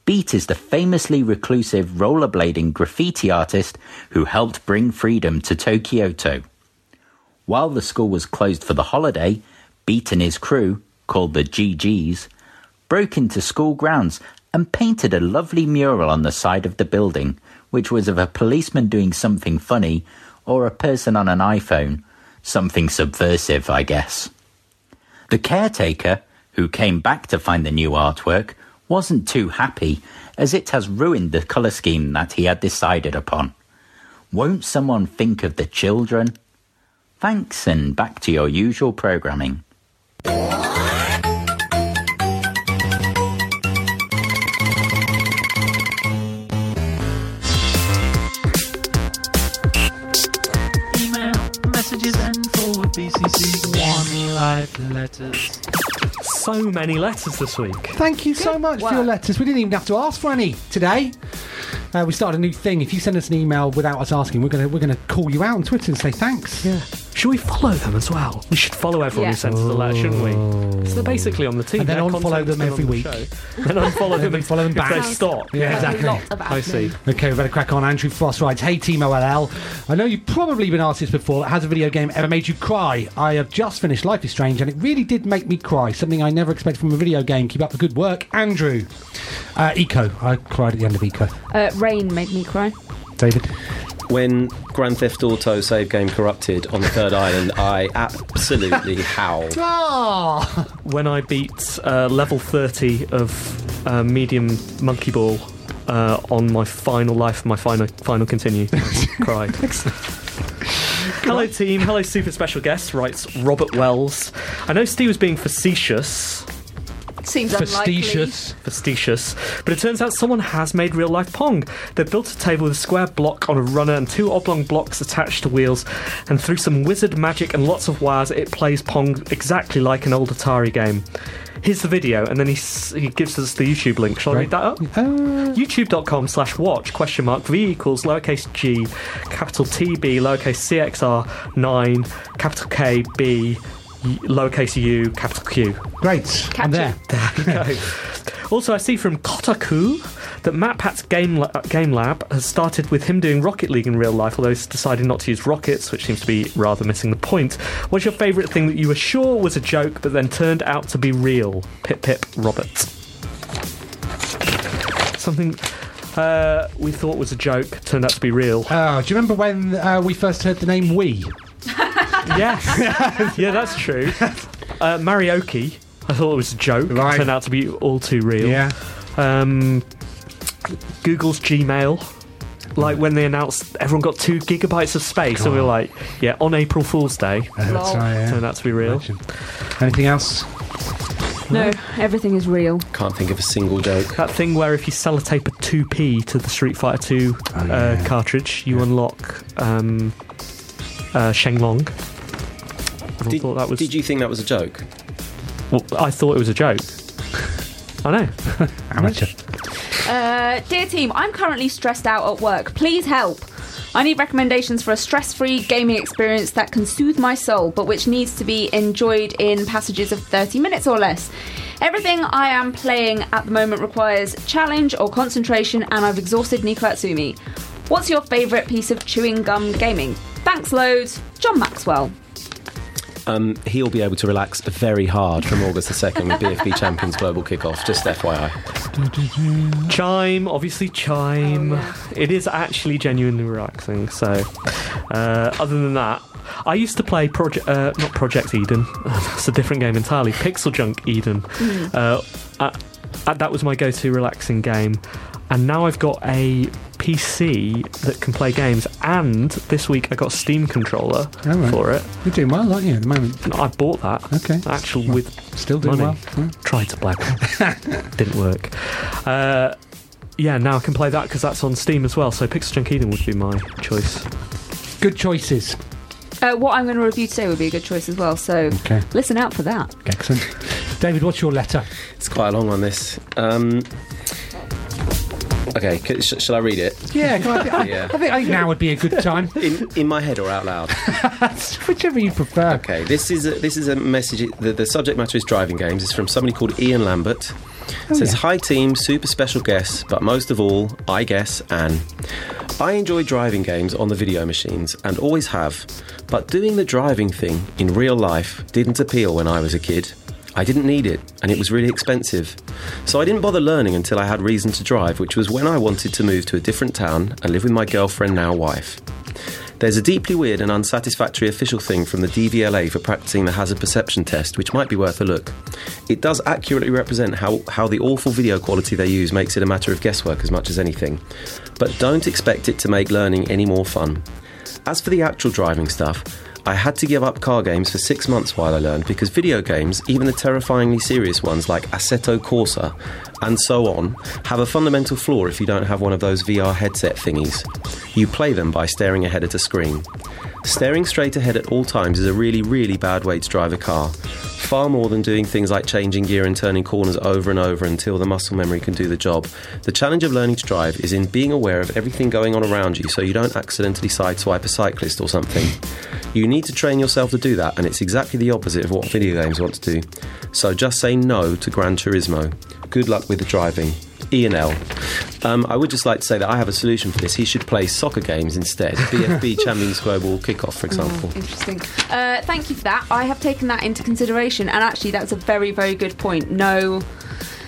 Beat is the famously reclusive rollerblading graffiti artist who helped bring freedom to Tokyoto. While the school was closed for the holiday, Beat and his crew, called the GGs, broke into school grounds and painted a lovely mural on the side of the building, which was of a policeman doing something funny or a person on an iPhone, something subversive, I guess. The caretaker, who came back to find the new artwork, wasn't too happy as it has ruined the colour scheme that he had decided upon. Won't someone think of the children? Thanks and back to your usual programming.
Email messages and forward BCC one life letters.
So many letters this week.
Thank you so much for your letters. We didn't even have to ask for any today. Uh, we started a new thing. If you send us an email without us asking, we're gonna we're gonna call you out on Twitter and say thanks.
Yeah. Should we follow them as well? We should follow everyone
Yeah.
who sends us a letter, shouldn't we? So they're basically on the team.
And then
Their
unfollow
content's
them
still on
every
the
week.
show. Then unfollow them
we
if,
follow them back.
if they stop.
Yeah, exactly.
I see.
Okay, we better crack on. Andrew Frost writes, Hey Team OLL, I know you've probably been asked this before, but has a video game ever made you cry? I have just finished Life is Strange and it really did make me cry, something I never expected from a video game. Keep up the good work, Andrew. Uh, Eco, I cried at the end of Eco.
Uh, rain made me cry.
David.
When Grand Theft Auto save game corrupted on the third island, I [laughs] absolutely howled.
Ah,
When I beat uh, level 30 of uh, medium monkey ball uh, on my final life, my final final continue, cry. Hello, team. Hello, super special guest. Writes Robert Wells. I know Steve was being facetious.
Seems
facetious.
facetious. But it turns out someone has made real life Pong. They built a table with a square block on a runner and two oblong blocks attached to wheels, and through some wizard magic and lots of wires, it plays Pong exactly like an old Atari game. Here's the video, and then he, s- he gives us the YouTube link. Shall I read that up? youtube.com slash watch question mark v equals lowercase g capital t b lowercase cxr 9 capital k b y- lowercase u capital q
Great. I'm there.
[laughs] also, I see from Kotaku that Matt Pat's game, la- uh, game Lab has started with him doing Rocket League in real life, although he's decided not to use rockets, which seems to be rather missing the point. What's your favourite thing that you were sure was a joke but then turned out to be real? Pip Pip Robert. Something uh, we thought was a joke turned out to be real.
Oh, do you remember when uh, we first heard the name We?
Yes. yeah, [laughs] that's true. Uh, Marioki, I thought it was a joke,
Right.
turned out to be all too real. um, Google's Gmail. Like when they announced everyone got two gigabytes of space, and we were like, yeah, on April Fool's Day.
Uh, that's right, yeah.
Turned out to be real.
Imagine. Anything else?
No, everything is real.
Can't think of a single joke.
That thing where if you sellotape a 2p to the Street Fighter 2
Oh,
uh, cartridge, you unlock um, uh, Shenlong. Everyone
Did,
thought that was.
did you think that was a joke?
well, I thought it was a joke. I know.
Amateur.
Uh, dear team, I'm currently stressed out at work. Please help. I need recommendations for a stress free gaming experience that can soothe my soul, but which needs to be enjoyed in passages of 30 minutes or less. Everything I am playing at the moment requires challenge or concentration, and I've exhausted Nico Atsumi. What's your favourite piece of chewing gum gaming? Thanks loads, John Maxwell.
Um, he'll be able to relax very hard from August the 2nd with [laughs] BFB Champions Global Kickoff, just FYI.
Chime, obviously chime.
Oh,
It is actually genuinely relaxing. So, uh, other than that, I used to play Project, uh, not Project Eden. [laughs] That's a different game entirely. Pixel Junk Eden.
Mm.
Uh, uh, uh, that was my go-to relaxing game, and now I've got a PC that can play games. And this week I got a Steam controller
All right.
for it.
You're doing well, aren't you, at the moment?
And I bought that.
Okay.
Actual
Well,
with
Still doing
Money.
well.
tried to black didn't work uh, yeah now i can play that because that's on steam as well so pixel junk eden would be my choice
Good choices.
Uh, what I'm going to review today would be a good choice as well, so
Okay.
listen out for that.
Excellent. David, what's your letter?
It's quite a long one, this. Um, Okay, c- sh- shall I read it?
Yeah, come on, I, think- [laughs] I,
Yeah.
I think, I think now would be a good time.
In, in my head or out loud?
Whichever you prefer.
Okay, this is a, this is a message. The, the subject matter is driving games. It's from somebody called Ian Lambert. It says, "Hi team, super special guest, but most of all, I guess Anne. I enjoy driving games on the video machines and always have, but doing the driving thing in real life didn't appeal when I was a kid. I didn't need it, and it was really expensive. So I didn't bother learning until I had reason to drive, which was when I wanted to move to a different town and live with my girlfriend, now wife. There's a deeply weird and unsatisfactory official thing from the DVLA for practicing the hazard perception test, which might be worth a look. It does accurately represent how, how the awful video quality they use makes it a matter of guesswork as much as anything. But don't expect it to make learning any more fun. As for the actual driving stuff, I had to give up car games for six months while I learned because video games, even the terrifyingly serious ones like Assetto Corsa and so on, have a fundamental flaw if you don't have one of those VR headset thingies. You play them by staring ahead at a screen. Staring straight ahead at all times is a really, really bad way to drive a car, far more than doing things like changing gear and turning corners over and over until the muscle memory can do the job. The challenge of learning to drive is in being aware of everything going on around you so you don't accidentally sideswipe a cyclist or something. You need to train yourself to do that, and it's exactly the opposite of what video games want to do. So just say no to Gran Turismo. Good luck with the driving. Ian L. Um, I would just like to say that I have a solution for this. He should play soccer games [laughs] instead. BFB Champions Global Kickoff, for example.
Interesting. Uh, thank you for that. I have taken that into consideration, and actually, that's a very, very good point. No,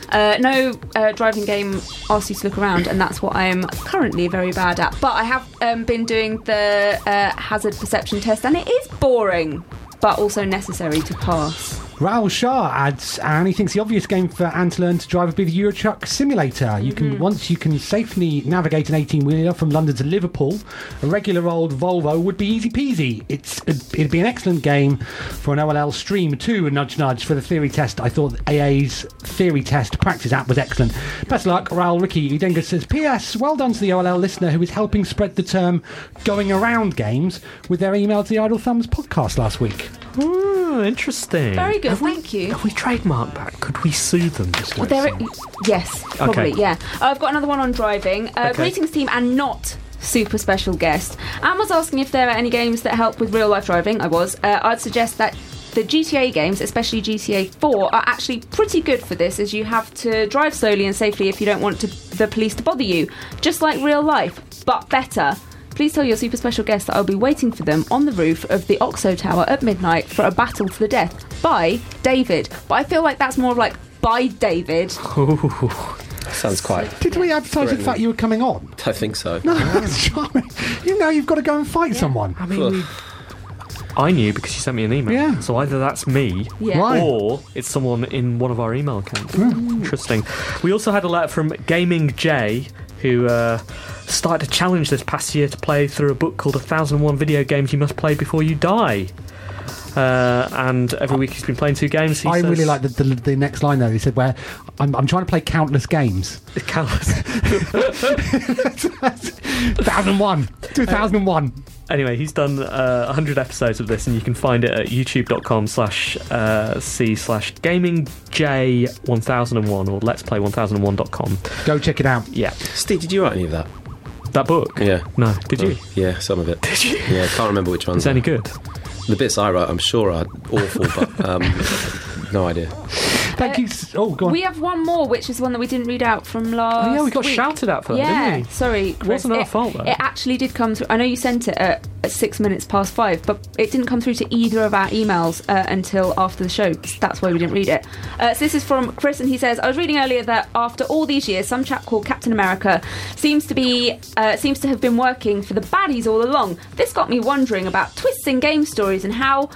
uh, no uh, driving game asks you to look around, and that's what I am currently very bad at. But I have um, been doing the uh, hazard perception test, and it is boring, but also necessary to pass.
Raoul Shah adds, and he thinks the obvious game for Anne to learn to drive would be the Eurotruck Simulator. You can once you can safely navigate an 18-wheeler from London to Liverpool, a regular old Volvo would be easy peasy. It's it'd be an excellent game for an OLL stream too. A nudge, nudge for the theory test. I thought AA's theory test practice app was excellent. Best luck, Raoul Ricky. He then goes says, "P.S. Well done to the OLL listener who is helping spread the term going around games with their email to the Idle Thumbs podcast last week."
Ooh, interesting.
Very good,
Have we-
thank you.
Have we trademarked that? Could we sue them? This
Well, there, yes, probably, yeah. Uh, I've got another one on driving. Uh,
Okay.
Greetings, team, and not super special guest. Anne was asking if there are any games that help with real life driving. I was. Uh, I'd suggest that the GTA games, especially GTA 4, are actually pretty good for this, as you have to drive slowly and safely if you don't want to, the police to bother you, just like real life, but better. Please tell your super special guest that I'll be waiting for them on the roof of the Oxo Tower at midnight for a battle to the death by David. But I feel like that's more of like by David.
Sounds quite.
Did we advertise the fact you were coming on?
I think so.
[laughs] That's charming. You know, you've got to go and fight someone.
I mean, we, I knew because you sent me an email.
Yeah.
So either that's me,
Yeah.
Right.
or it's someone in one of our email accounts.
Hmm.
Interesting. We also had a letter from Gaming J, who uh, started a challenge this past year to play through a book called 1001 Video Games You Must Play Before You Die. Uh, and every week he's been playing two games. He
I
says,
really like the, the, the next line though. He said, "Where I'm, I'm trying to play countless games,
[laughs] Callous. [laughs]
[laughs] thousand and one, two thousand and one.
anyway, he's done uh, 100 episodes of this, and you can find it at youtube.com slash uh, c slash gamingj1001 or let's play 1001.com.
Go check it out."
Yeah.
Steve, did you write any of that?
That book?
Yeah.
No, did you?
Oh.
Yeah, some of it. Did you? Yeah, can't remember which ones.
It's any good.
The bits I write, I'm sure are awful, [laughs] but um, no idea.
Thank you. s- Oh, go on.
We have one more, which is one that we didn't read out from last.
Oh, yeah, we got
week.
shouted at for that,
yeah,
didn't we?
sorry, Chris.
Wasn't our
It-
fault, though.
It actually did come through. I know you sent it at, at six minutes past five, but it didn't come through to either of our emails uh, until after the show. So that's why we didn't read it. Uh, so this is from Chris, and he says, "I was reading earlier that after all these years, some chap called Captain America seems to be uh, seems to have been working for the baddies all along. This got me wondering about twists in game stories and how."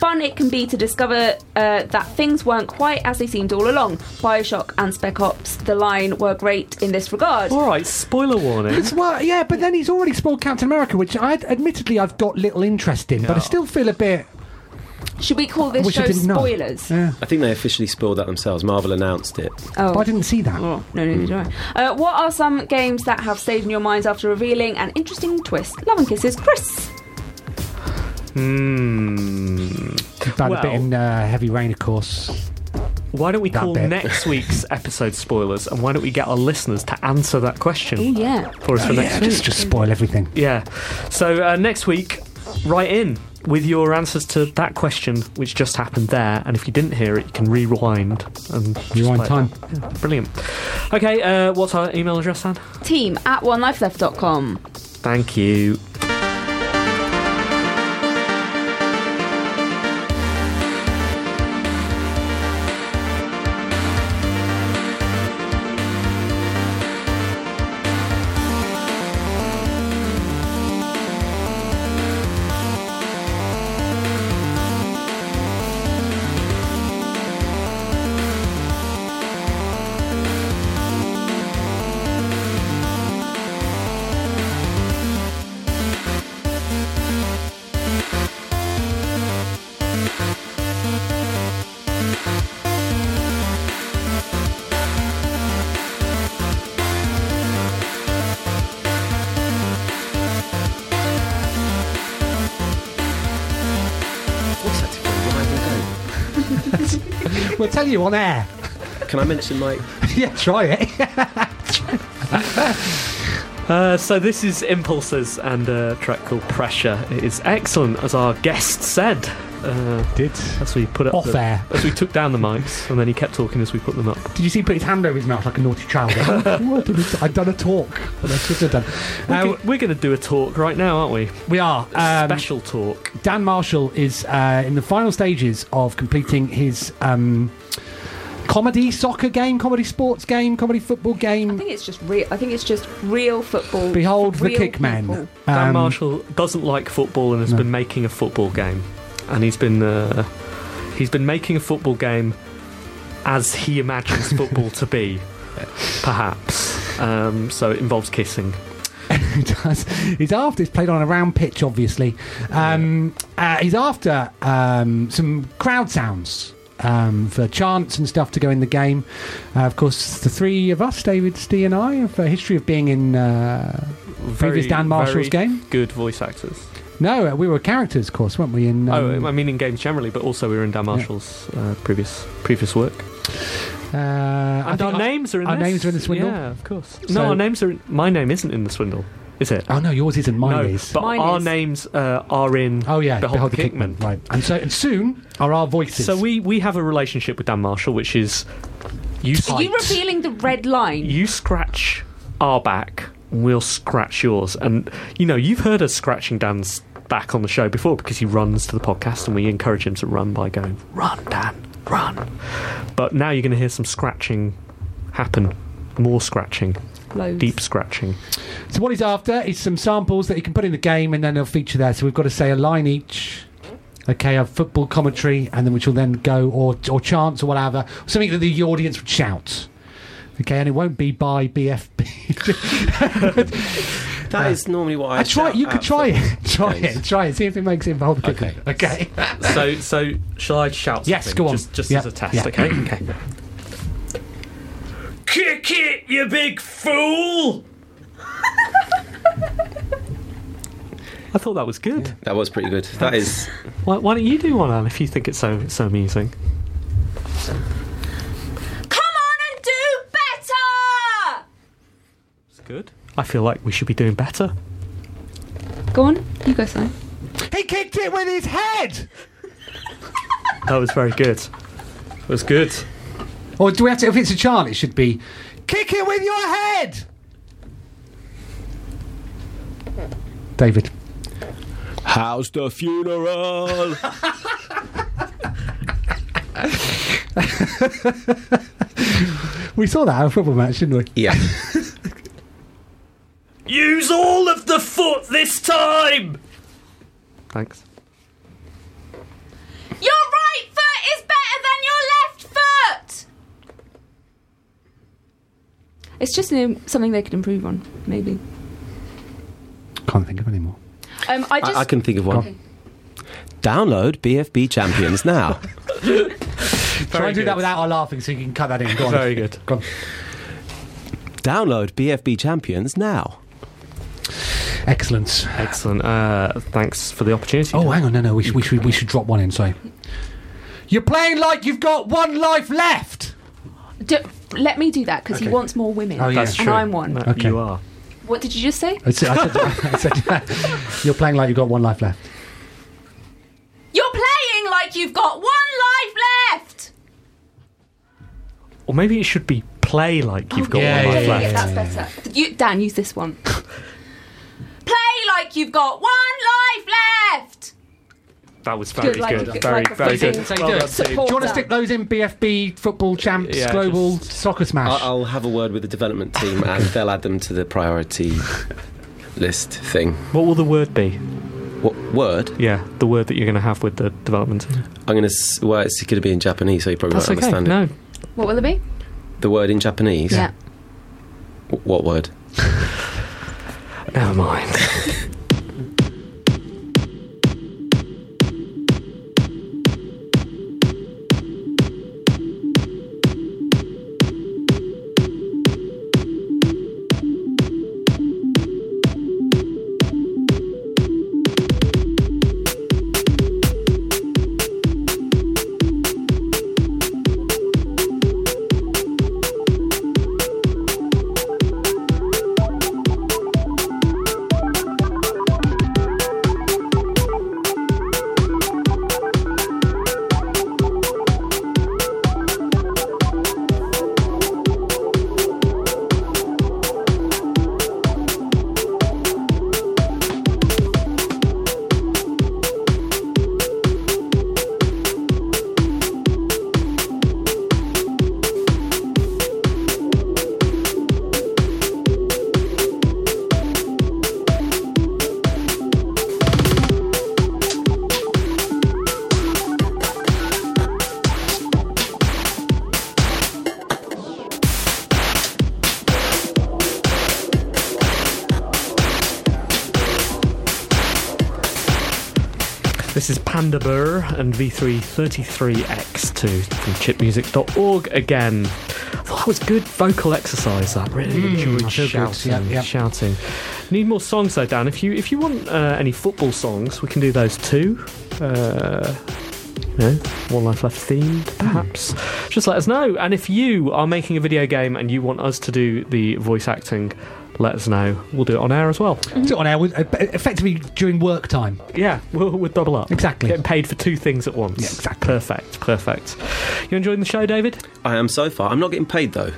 fun it can be to discover uh, that things weren't quite as they seemed all along. Bioshock and Spec Ops: The Line were great in this regard.
All right, spoiler warning.
[laughs] It's well, yeah, but then he's already spoiled Captain America, which I admittedly I've got little interest in, but I
Yeah.
still feel a bit.
Should we call
I
this
wish I
show
didn't know. Uh,
spoilers?
Yeah.
I think they officially spoiled that themselves. Marvel announced it.
But I didn't see that.
Oh, no, no, no, no. Uh, what are some games that have stayed in your minds after revealing an interesting twist? Love and kisses, Chris.
Hmm.
Bad a bit
Well- Hmm.
in uh, heavy rain, of course.
Why don't we
That
call
bit.
next
[laughs]
week's episode spoilers, and why don't we get our listeners to answer that question
Oh, yeah.
for us for next
Yeah,
week?
just, just spoil everything.
Yeah. So uh, next week, write in with your answers to that question, which just happened there. And if you didn't hear it, you can rewind and just
Rewind
play it
time.
back. Yeah, brilliant. Okay, uh, what's our email address, Anne?
Team at onelifeleft.com.
Thank you.
What's that for
We'll tell you on air.
Can I mention my?
[laughs] yeah, try it.
Uh, so this is Impulses and a track called Pressure. It is excellent, as our guest said. Uh,
Did
as we put up
off
the-
air.
as we took down the mics, and then he kept talking as we put them up.
Did you see he put his hand over his mouth like a naughty child? What did I- [laughs] I've done a talk. What I should have done.
We're,
Uh,
go- we're going to do a talk right now, aren't we?
we are. Um,
Special talk.
Dan Marshall is uh, in the final stages of completing his um, comedy soccer game, comedy sports game, comedy football
I
game.
think it's just real. I think it's just real football.
Behold the
real
Kickman.
people.
Dan
Um,
Marshall doesn't like football and has
No.
been making a football game, and he's been uh, he's been making a football game as he imagines football to be, perhaps. Um, so it involves kissing.
[laughs] He does. He's after. He's played on a round pitch, obviously. Um, uh, he's after um, some crowd sounds um, for chants and stuff to go in the game. Uh, of course, the three of us, David, Stee, and I, have a history of being in uh, previous
Very-
Dan Marshall's
very
game.
Good voice actors.
No, uh, we were characters, of course, weren't we? In um,
oh, I mean in games generally, but also we were in Dan Marshall's uh, previous previous work.
uh, I
And our
think I-
names are in
our
this.
names are in the swindle?
Yeah, of course.
So-
no, our names are. In, my name isn't in the swindle, is it?
Oh no, yours isn't. Mine
no,
is.
but
Mine
our
is.
names uh, are in.
oh yeah,
Behold, the Kickman.
Right, and so and soon are our voices.
So we we have a relationship with Dan Marshall, which is you
Are you
fight,
revealing the red line?
you scratch our back, we'll scratch yours, and you know you've heard us scratching Dan's back on the show before because he runs to the podcast and we encourage him to run by going run Dan run, but now you're going to hear some scratching happen, more scratching,
Loads.
deep scratching.
So what he's after is some samples that he can put in the game, and then they'll feature there. So we've got to say a line each. Okay, a football commentary, and then which will then go or or chants or whatever, something that the audience would shout. Okay, and it won't be
[laughs]
by BFB.
That is normally what I.
I try.
shout
You could
at
try it.
football
[laughs] Try
games.
it. Try it. See if it makes it involved. the
Okay.
kickman. [laughs] Okay.
So so shall I shout?
Yes,
something
go on.
Just, just
Yeah,
as a test,
yeah.
okay? Okay. Kick it, you big fool! I thought that was good.
That was pretty good. That is.
Why, why don't you do one, Anne, if you think it's so so amusing?
Come on and do better!
It's good. I feel like we should be doing better.
Go on, you go, Simon.
he kicked it with his head.
That was very good. That was good.
Or do we have to? If it's a chant, it should be kick it with your head. David.
How's the funeral?
We saw that at a football match, didn't we?
[laughs] Yeah.
Use all of the foot this time. Thanks.
Your right foot is better than your left foot!
It's just um, something they could improve on, maybe.
Can't think of any more.
Um, I just
I, I can think of one. Download BFB Champions now.
Try and do that
good.
without our laughing so you can cut that in. Go on.
Very good.
Go on.
Download BFB Champions now.
Excellent.
Excellent. Uh, thanks for the opportunity.
Oh, hang on. No, no. We should, we should, we should drop one in. Sorry. You're playing like you've got one life left.
Do, let me do that because he
Okay.
wants more women.
Oh, yeah.
That's
and
true.
I'm one.
That
Okay.
You are.
What did you just say?
I said, I said, I said, you're playing like you've got one life left.
You're playing like you've got one life left.
Or maybe it should be play like you've got
yeah,
one
yeah,
life
yeah,
left.
Oh, Yeah, that's better. You, Dan, use this
[laughs]
one. Play like you've got one life left.
That was very good.
Good, like a-
very,
like a
very
fucking-
good.
That's
how you
Well
do it.
done,
Support
Steve.
Do you want to
that.
stick those in BFB football champs
Yeah,
global
just-
soccer smash?
I- I'll have a word with the development team and they'll add them to the priority list thing.
What will the word be?
What word?
Yeah, the word that you're going to have with the development team.
I'm going to. Well, it's going to be in Japanese, so you probably
That's
won't
okay.
understand
No,
it.
What will it be?
The word in Japanese?
Yeah.
Wh- What word?
never mind. This is Panda Burr and V333X2 from chipmusic.org again. I thought that was good vocal exercise. That really enjoyed
Mm. feel good.
shouting,
Yep, yep.
shouting. Need more songs though, Dan. If you if you want uh, any football songs, we can do those too. Uh, you know, One Life Left themed,
Mm.
perhaps. Just let us know. And if you are making a video game and you want us to do the voice acting, let us know. We'll do it on air as well.
So on air, with- uh, effectively during work time.
Yeah, we'll, we'll double up.
Exactly.
Getting paid for two things at once.
Yeah, exactly.
Perfect, perfect. You enjoying the show, David?
I am so far. I'm not getting paid though.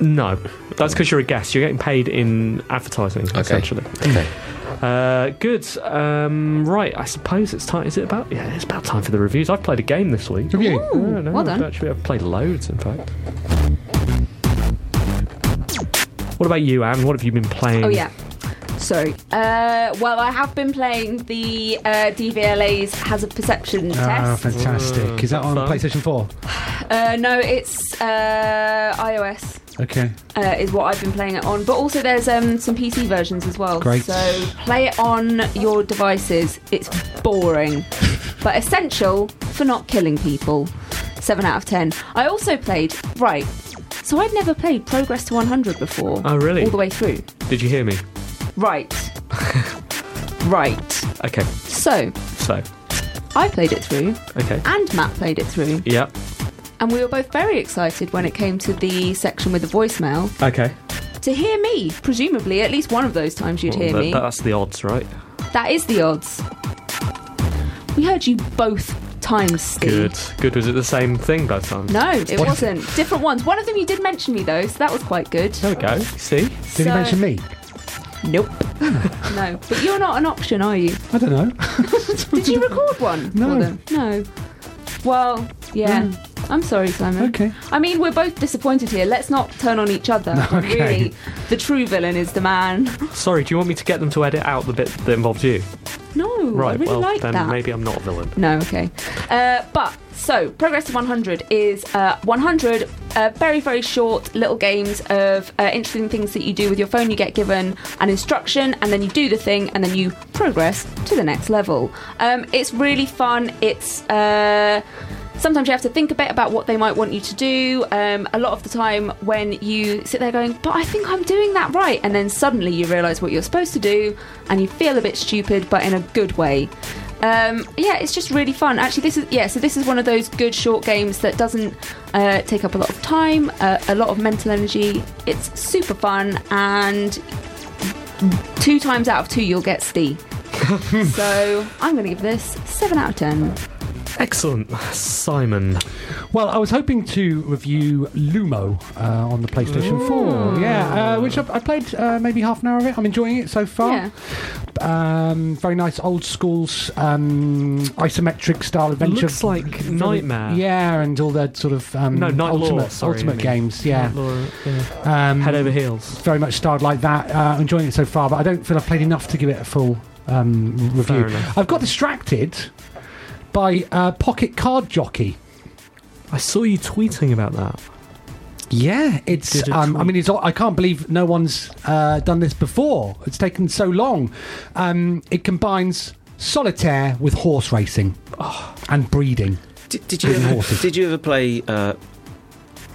No. That's because you're a guest. You're getting paid in advertising, essentially.
Okay.
Uh, good. Um, right, I suppose it's time. Is it about? Yeah, it's about time for the reviews. I've played a game this week.
Have you?
No, no,
well done.
Actually, I've played loads, in fact. What about you, Anne? What have you been playing?
Oh
Mm.
yeah. So, uh, well, I have been playing the uh, DVLA's Hazard Perception
Ah,
test.
fantastic. Is that on
fun.
PlayStation 4?
Uh, no, it's uh, iOS.
Okay.
uh, is what I've been playing it on. But also, there's um, some PC versions as well.
Great.
So play it on your devices. It's boring, but essential for not killing people. Seven out of ten. I also played right. So I'd never played Progress to 100 before.
Oh, really?
All the way through.
Did you hear me? [laughs]
Right. right.
Okay.
So
So.
I played it through,
Okay.
and Matt played it through,
Yeah.
and we were both very excited when it came to the section with the voicemail
Okay.
to hear me. Presumably, at least one of those times you'd hear
Well,
me.
that- that's the odds, right?
That is the odds. We heard you both times, Steve.
Good. Good. Was it the same thing both times?
No, it
What-
wasn't. Different ones. One of them you did mention me though, so that was quite good.
There we go. See?
Did he mention me?
Nope. [laughs] no, but you're not an option, are you?
I don't know. [laughs]
Did you record one
No.
for them? No. Well, yeah. I'm sorry, Simon.
Okay.
I mean, we're both disappointed here. Let's not turn on each other.
Okay.
Really, the true villain is the man. [laughs]
Sorry, do you want me to get them to edit out the bit that involves you?
No, I
Right,
really
well,
like
then
that.
maybe I'm not a villain.
No, okay. Uh, but so progress to 100 is uh, 100 uh, very very short little games of uh, interesting things that you do with your phone. You get given an instruction, and then you do the thing, and then you progress to the next level. Um, it's really fun. It's uh, Sometimes you have to think a bit about what they might want you to do. Um, a lot of the time, when you sit there going, but I think I'm doing that right, and then suddenly you realise what you're supposed to do, and you feel a bit stupid, but in a good way.
Um, yeah, it's just really fun. Actually, this is yeah. So this is one of those good short games that doesn't uh, take up a lot of time, uh, a lot of mental energy. It's super fun, and two times out of two, you'll get Steve. so I'm going to give this seven out of ten.
Excellent, Simon.
Well, I was hoping to review Lumo uh, on the PlayStation 4. Yeah, uh, which I, I played uh, maybe half an hour of it. I'm enjoying it so far.
Yeah.
Um, very nice old school s- um, isometric style adventure.
Looks like
Very-
Nightmare.
Yeah, and all the sort of um,
No, Night
ultimate,
Law. Sorry, I
ultimate
mean.
games. Yeah.
Night Law, yeah.
Um,
Head over heels.
very much styled like that. Uh, enjoying it so far, but I don't feel I've played enough to give it a full um,
Fair
review.
enough.
I've got distracted by uh, Pocket Card Jockey.
I saw you tweeting about that.
Yeah, it's.
did a
Um, I
tweet.
mean, it's. I can't believe no one's uh, done this before. It's taken so long. Um, it combines solitaire with horse racing and breeding.
Did, did you [laughs] ever,
Horses.
did you ever play uh,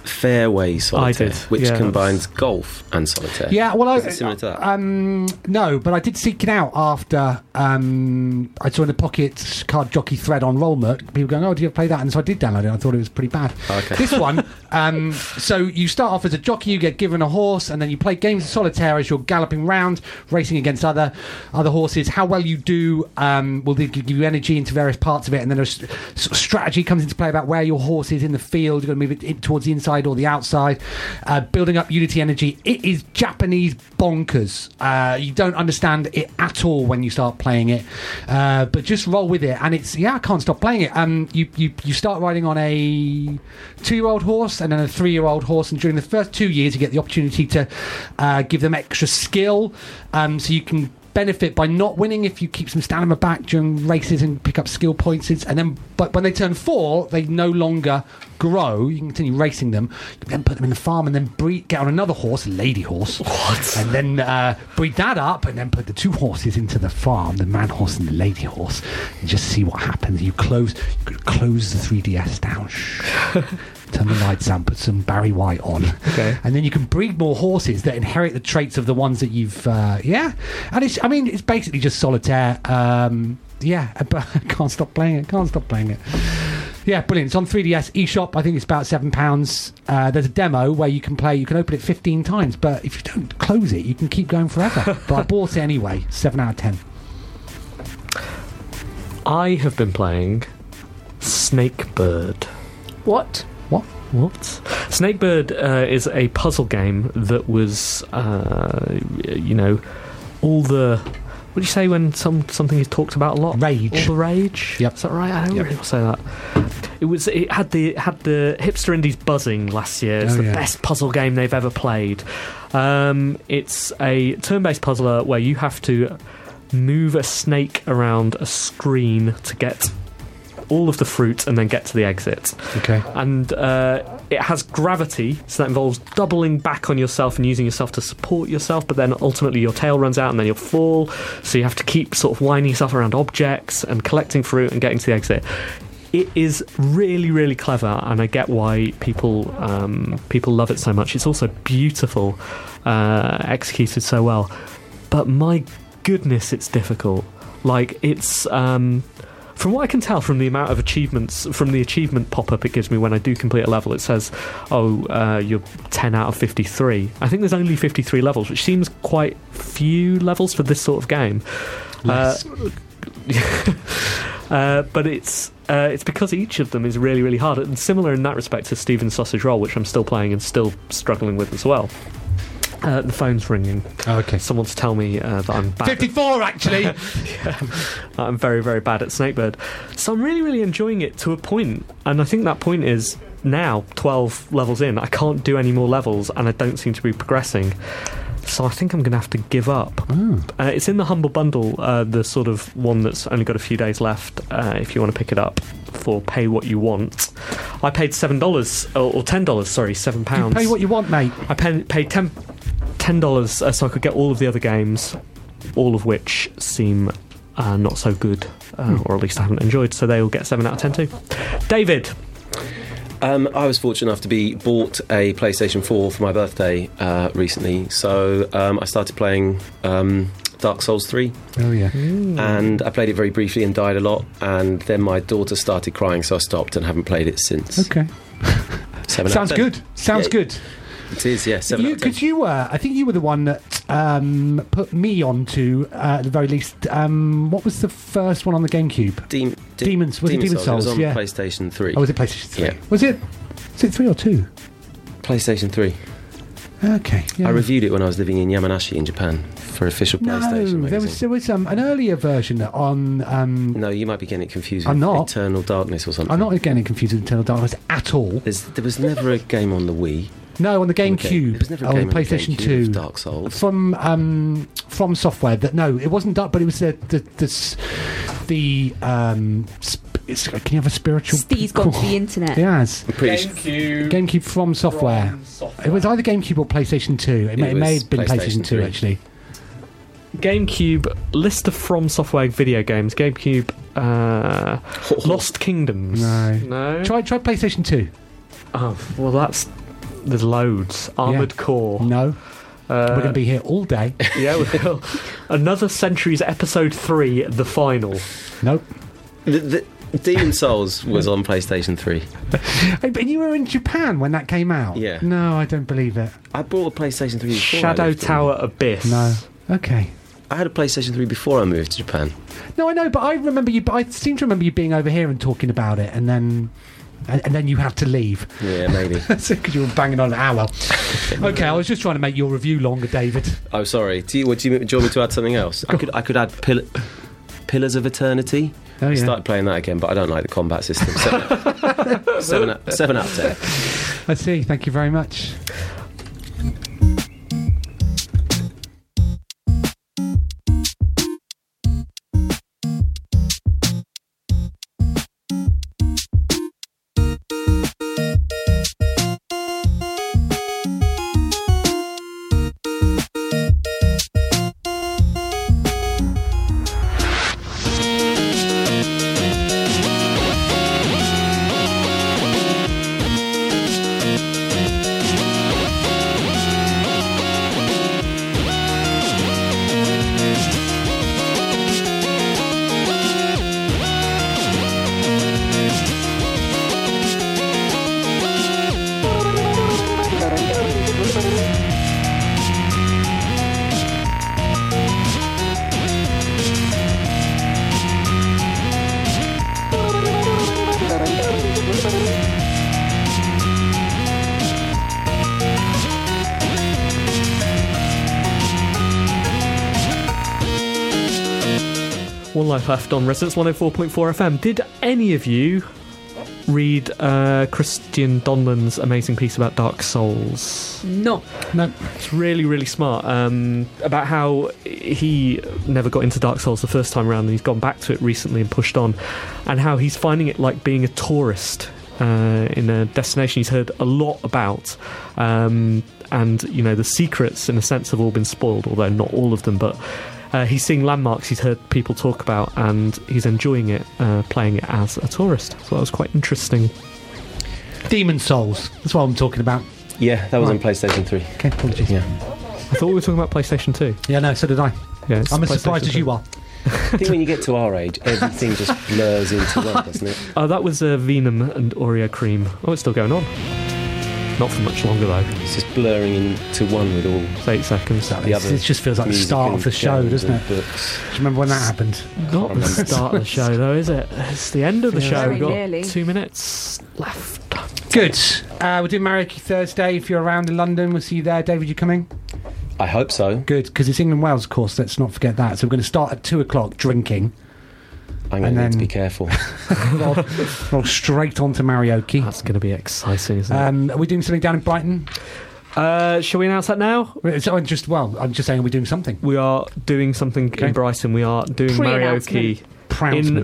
Fairway Solitaire,
did,
which
yeah.
combines golf and solitaire?
Yeah, well, I,
Is it similar to that?
Um, no, but I did seek it out after um, I saw in the pocket card jockey thread on Rollmert. People going, "Oh, do you play that?" And so I did download it. I thought it was pretty bad.
Okay.
This one, um, so you start off as a jockey, you get given a horse, and then you play games of solitaire as you're galloping round, racing against other other horses. How well you do um, will give give you energy into various parts of it, and then a s- sort of strategy comes into play about where your horse is in the field. You're going to move it in towards the inside or the outside, uh, building up unity energy. It is Japanese bonkers. Uh, you don't understand it at all when you start playing it, uh, but just roll with it. And it's yeah, I can't stop playing it. Um, you you you start riding on a two-year-old horse and then a three-year-old horse, and during the first two years, you get the opportunity to uh, give them extra skill, um, so you can benefit by not winning if you keep them standing them back during races and pick up skill points. It's- And then, but when they turn four, they no longer grow. You can continue racing them. You can then put them in the farm and then breed, get on another horse, a lady horse. What? And then uh, breed that up and then put the two horses into the farm, the man horse and the lady horse, and just see what happens. You close, you could close the 3DS down. Shh. Turn the lights down, put some Barry White on.
Okay.
And then you can breed more horses that inherit the traits of the ones that you've, uh, yeah. And it's, I mean, it's basically just solitaire. Um, yeah, [laughs] but I can't stop playing it. Can't stop playing it. Yeah, brilliant. It's on 3DS eShop. I think it's about seven pounds. Uh, there's a demo where you can play. You can open it 15 times, but if you don't close it, you can keep going [laughs] forever. but I bought it anyway. Seven out of ten.
I have been playing Snakebird.
What?
What?
What? Snakebird uh, is a puzzle game that was, uh, you know, all the. What do you say when some something is talked about a lot?
Rage.
All the rage.
Yep.
Is that right? I don't
Yep.
really want to say that. It was. It had the it had the hipster indies buzzing last year. It's
Oh,
the
yeah.
best puzzle game they've ever played. Um, it's a turn-based puzzler where you have to move a snake around a screen to get all of the fruit and then get to the exit
Okay.
and uh, it has gravity, so that involves doubling back on yourself and using yourself to support yourself. But then ultimately, your tail runs out, and then you'll fall. So you have to keep sort of winding yourself around objects and collecting fruit and getting to the exit. It is really, really clever, and I get why people um, people love it so much. It's also beautiful, uh, executed so well. But my goodness, it's difficult. Like it's. Um, from what I can tell from the amount of achievements, from the achievement pop up it gives me when I do complete a level, it says, oh, uh, you're 10 out of 53. I think there's only 53 levels, which seems quite few levels for this sort of game.
Less.
Uh, but it's uh, it's because each of them is really really hard and similar in that respect to Steven's Sausage Roll, which I'm still playing and still struggling with as well. Uh, the phone's ringing.
Oh, okay.
Someone's tell me uh, that I'm bad.
54 [laughs] actually.
I'm very, very bad at Snakebird. So I'm really, really enjoying it to a point, and I think that point is now 12 levels in. I can't do any more levels, and I don't seem to be progressing. So I think I'm going to have to give up.
Hmm.
Uh, it's in the Humble Bundle, uh, the sort of one that's only got a few days left. Uh, if you want to pick it up for pay what you want, I paid seven dollars or or ten dollars. Sorry, seven pounds.
Pay what you want, mate.
I pen- paid ten ten dollars uh, so I could get all of the other games, all of which seem uh, not
Hmm.
so good, uh, or at least I haven't enjoyed. So they will get seven out of ten too. David,
Um, I was fortunate enough to be bought a PlayStation 4 for my birthday uh, recently, so um, I started playing um, Dark Souls 3,
Oh yeah.
and I played it very briefly and died a lot, and then my daughter started crying, so I stopped and haven't played it since.
Okay.
Seven out of
Sounds
ten.
good. Sounds
Yeah,
good.
It is, yeah. Seven out
You,
of ten.
because you were, I think you were the one that um, put me onto, uh, at the very least, um, what was the first one on the GameCube?
Dem- de-
Demons- was it Demon
It was
Souls?
on
Yeah.
PlayStation 3.
Oh, was it PlayStation 3?
Yeah.
Was it, was it 3 or 2?
PlayStation 3.
Okay. yeah.
I reviewed it when I was living in Yamanashi in Japan for official PlayStation.
No, there
magazine.
was, there was um, an earlier version on. Um,
No, you might be getting it confused.
I'm
with
not.
Eternal Darkness or something.
I'm not getting confused with Eternal Darkness at all.
There's, there was never a game on the Wii.
No, on the
Okay. There
GameCube,
was never a
on
game
the
on the
PlayStation
GameCube of
2,
Dark Souls.
from um, from software that no, it wasn't Dark, but it was the the the, s- the um, sp- it's- can you have a spiritual?
Steve's gone to the internet.
[laughs] Yes,
I'm pretty sure
GameCube.
GameCube from software.
From software.
It was either GameCube or PlayStation Two. It, may,
It
it may
was
have been PlayStation,
PlayStation
Two
3.
actually.
GameCube list of From Software video games. GameCube uh, Lost Kingdoms.
No.
no.
Try try PlayStation Two.
Oh, well, that's there's loads. Armored Core.
No,
Uh,
we're going to be here
[laughs]
all day.
[laughs] yeah.
[laughs]
Well, another Centuries Episode Three, the final.
nope.
The, the, Demon Souls was on PlayStation 3.
Hey, but you were in Japan when that came out.
Yeah.
No, I don't believe it.
I bought a PlayStation 3 before. I
Shadow
lived in-
Tower Abyss.
No. Okay.
I had a PlayStation 3 before I moved to Japan.
No, I know, but I remember you. But I seem to remember you being over here and talking about it, and then, and, and then you had to leave [laughs]
Yeah, maybe.
because you were banging on. Ah well. Okay, I was just trying to make your review longer, David.
[laughs] oh, sorry. Do you, what, do, you, do you want me to add something else? I could, I could add Pill- Pillars of Eternity.
Oh
I
yeah,
started playing that again, but I don't like the combat
[laughs]
system. Seven, seven, out, seven out of ten.
I see. Thank you very much.
One oh Life Left on Resonance 104.4 FM. Did any of you read uh, Christian Donlan's amazing piece about Dark Souls?
No.
No,
It's really, really smart um, about how he never got into Dark Souls the first time around and he's gone back to it recently and pushed on, and how he's finding it like being a tourist. Uh, in a destination he's heard a lot about, um, and you know the secrets in a sense have all been spoiled, although not all of them. But uh, he's seeing landmarks he's heard people talk about, and he's enjoying it, uh, playing it as a tourist. So that was quite interesting.
Demon Souls. That's what I'm talking about.
Yeah, that was on PlayStation 3.
Okay, apologies. Yeah,
I thought we were talking about PlayStation Two.
no, so did I.
Yeah, it's
I'm as
PlayStation
surprised as
2.
you are.
[laughs] I think when you get to our age, everything just blurs into one, doesn't it?
Oh, that was uh, Venom and Oreo cream. Oh, it's still going on. Not for much longer though.
It's just blurring into one with all
It's eight seconds.
So
the
it's-
other.
it just feels like the
music
start
and
of the show,
games
doesn't
and
it?
Books.
Do you remember when that happened?
Not the
remember.
start of the show though, is it? It's the end of the
Yeah.
show.
Very
We've got
nearly.
two minutes left.
Good. Uh, we're doing Mariki Thursday. If you're around in London, we'll see you there. David, you coming?
I hope so.
Good, because it's England Wales, of course. Let's not forget that. So we're going to start at two o'clock [laughs] drinking.
I'm going
And
to need to
then-
be careful.
roll, roll straight on to Marioki.
That's going to be exciting, isn't it?
Um, are we doing something down in Brighton?
Uh, shall we announce that now?
So I'm just well, I'm just saying, are we doing something?
We are doing something
Okay.
in Brighton. We are doing
Pre-announcement.
karaoke in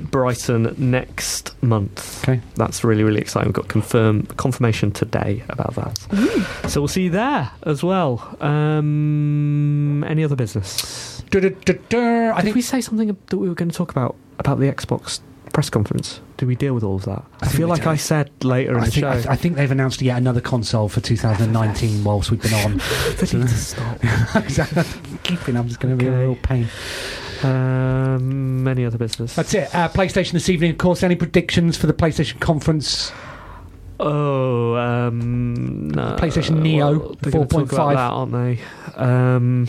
Pronouncement.
Brighton next month.
Okay.
That's really, really exciting. We've got confirm confirmation today about that. So we'll see you there as well. Um, any other business?
Du-du-du-du. I
Did
think
we say something that we were going to talk about about the Xbox press conference? Do we deal with all of that? I, feel like I said later in
I
the
think,
show.
I, I think they've announced yet another console for [laughs] 2019 whilst we've been on.
They need to [laughs] stop.
Exactly. Keeping up is going to be a
Okay.
real pain.
Um, any other business?
That's it. Uh, PlayStation this evening, of course. Any predictions for the PlayStation conference?
Oh, um, no.
PlayStation Neo
well, they're gonna talk
4.5.
about that, aren't they? Um,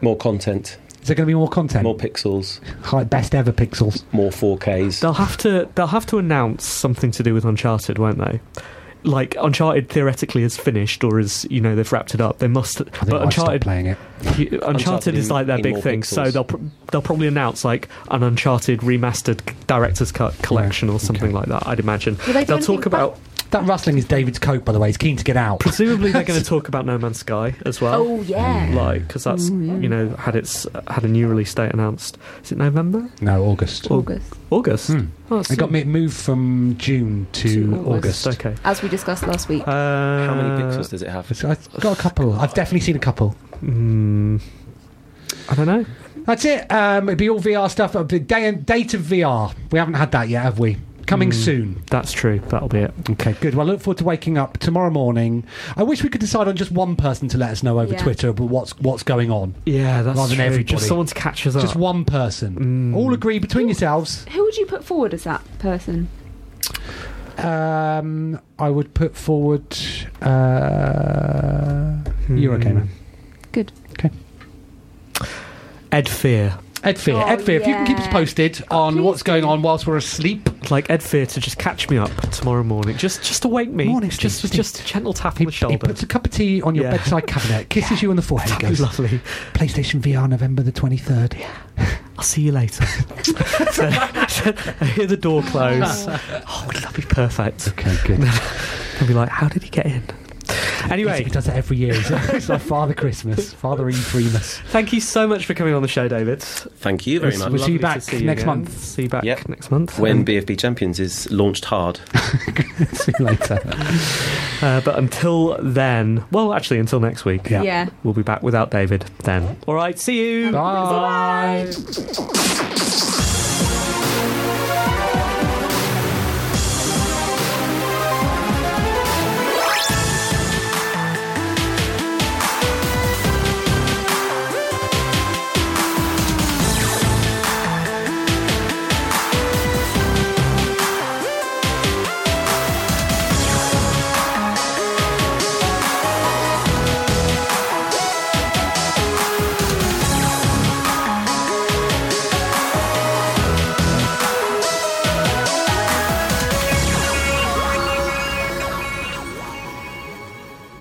More content,
Is there going to be more content?
more pixels,
Hi, best ever pixels.
more 4Ks.
they'll have to they'll have to announce something to do with Uncharted, won't they? Like Uncharted theoretically is finished, or is you know they've wrapped it up. They must,
I think
but
I've stopped
Uncharted
playing it.
You- Uncharted,
Uncharted
is
in-
like their
in
big
more
thing, so
pixels.
they'll pr- they'll probably announce like an Uncharted remastered director's cut collection or something like that. I'd imagine
Will they do
will
anything
talk about
That rustling is David's coat, by the way. He's keen to get out.
presumably they're
[laughs]
going to talk about No Man's Sky as well,
Oh yeah.
like because that's you know had its had a new release date announced. Is it November?
No, August.
Or-
August.
August. Oh, it's
Hmm. It got
soon.
me moved from June to
To
August.
Okay.
As we discussed last week.
How many
Uh,
pixels does it have?
So I've got a couple. I've definitely seen a couple.
Hmm. I don't know.
That's it. Um, it'd be all VR stuff. It'll be day date of VR. We haven't had that yet, have we? Coming
Hmm.
soon.
That's true. That'll be it.
Okay, good. Well, I look forward to waking up tomorrow morning. I wish we could decide on just one person to let us know over
Yeah.
Twitter about what's what's going on.
Yeah, that's
Rather than
true.
everybody.
Just someone to catch us up.
Just one
Hmm.
person. All agree between yourselves.
Who would you put forward as that person?
Um, I would put forward. Uh, You're okay, man.
Good.
Okay.
Ed Fear.
Ed Fear.
Oh,
Ed Fear, if you can keep us
yeah.
posted
Oh,
on
please
what's going
do.
on whilst we're asleep.
like Ed Fear to just catch me up tomorrow morning, just just to wake me,
Morning, Steve.
just
Steve.
just a gentle tap on
He,
the
he
shoulder.
puts a cup of tea on your
Yeah.
bedside cabinet, kisses you on the forehead, and
That'd be
goes,
lovely.
PlayStation VR November the 23rd.
I'll see you [laughs] later. So- I hear the door close. Oh, that'd be perfect.
Okay, good.
I'll be like, how did he get in?
He
Anyway,
does that every year. It's like Father [laughs] Christmas, Father E Eve Remus.
thank you so much for coming on the show, David.
Thank you very
It's
much.
We'll see you
lovely to
back
see you
next
again.
month.
See you back
Yep.
next month.
When BFB Champions is launched hard.
See you later.
Uh, but until then, well, actually, until next week,
Yeah.
Yeah.
we'll be back without David then. All right, see you.
Bye.
It's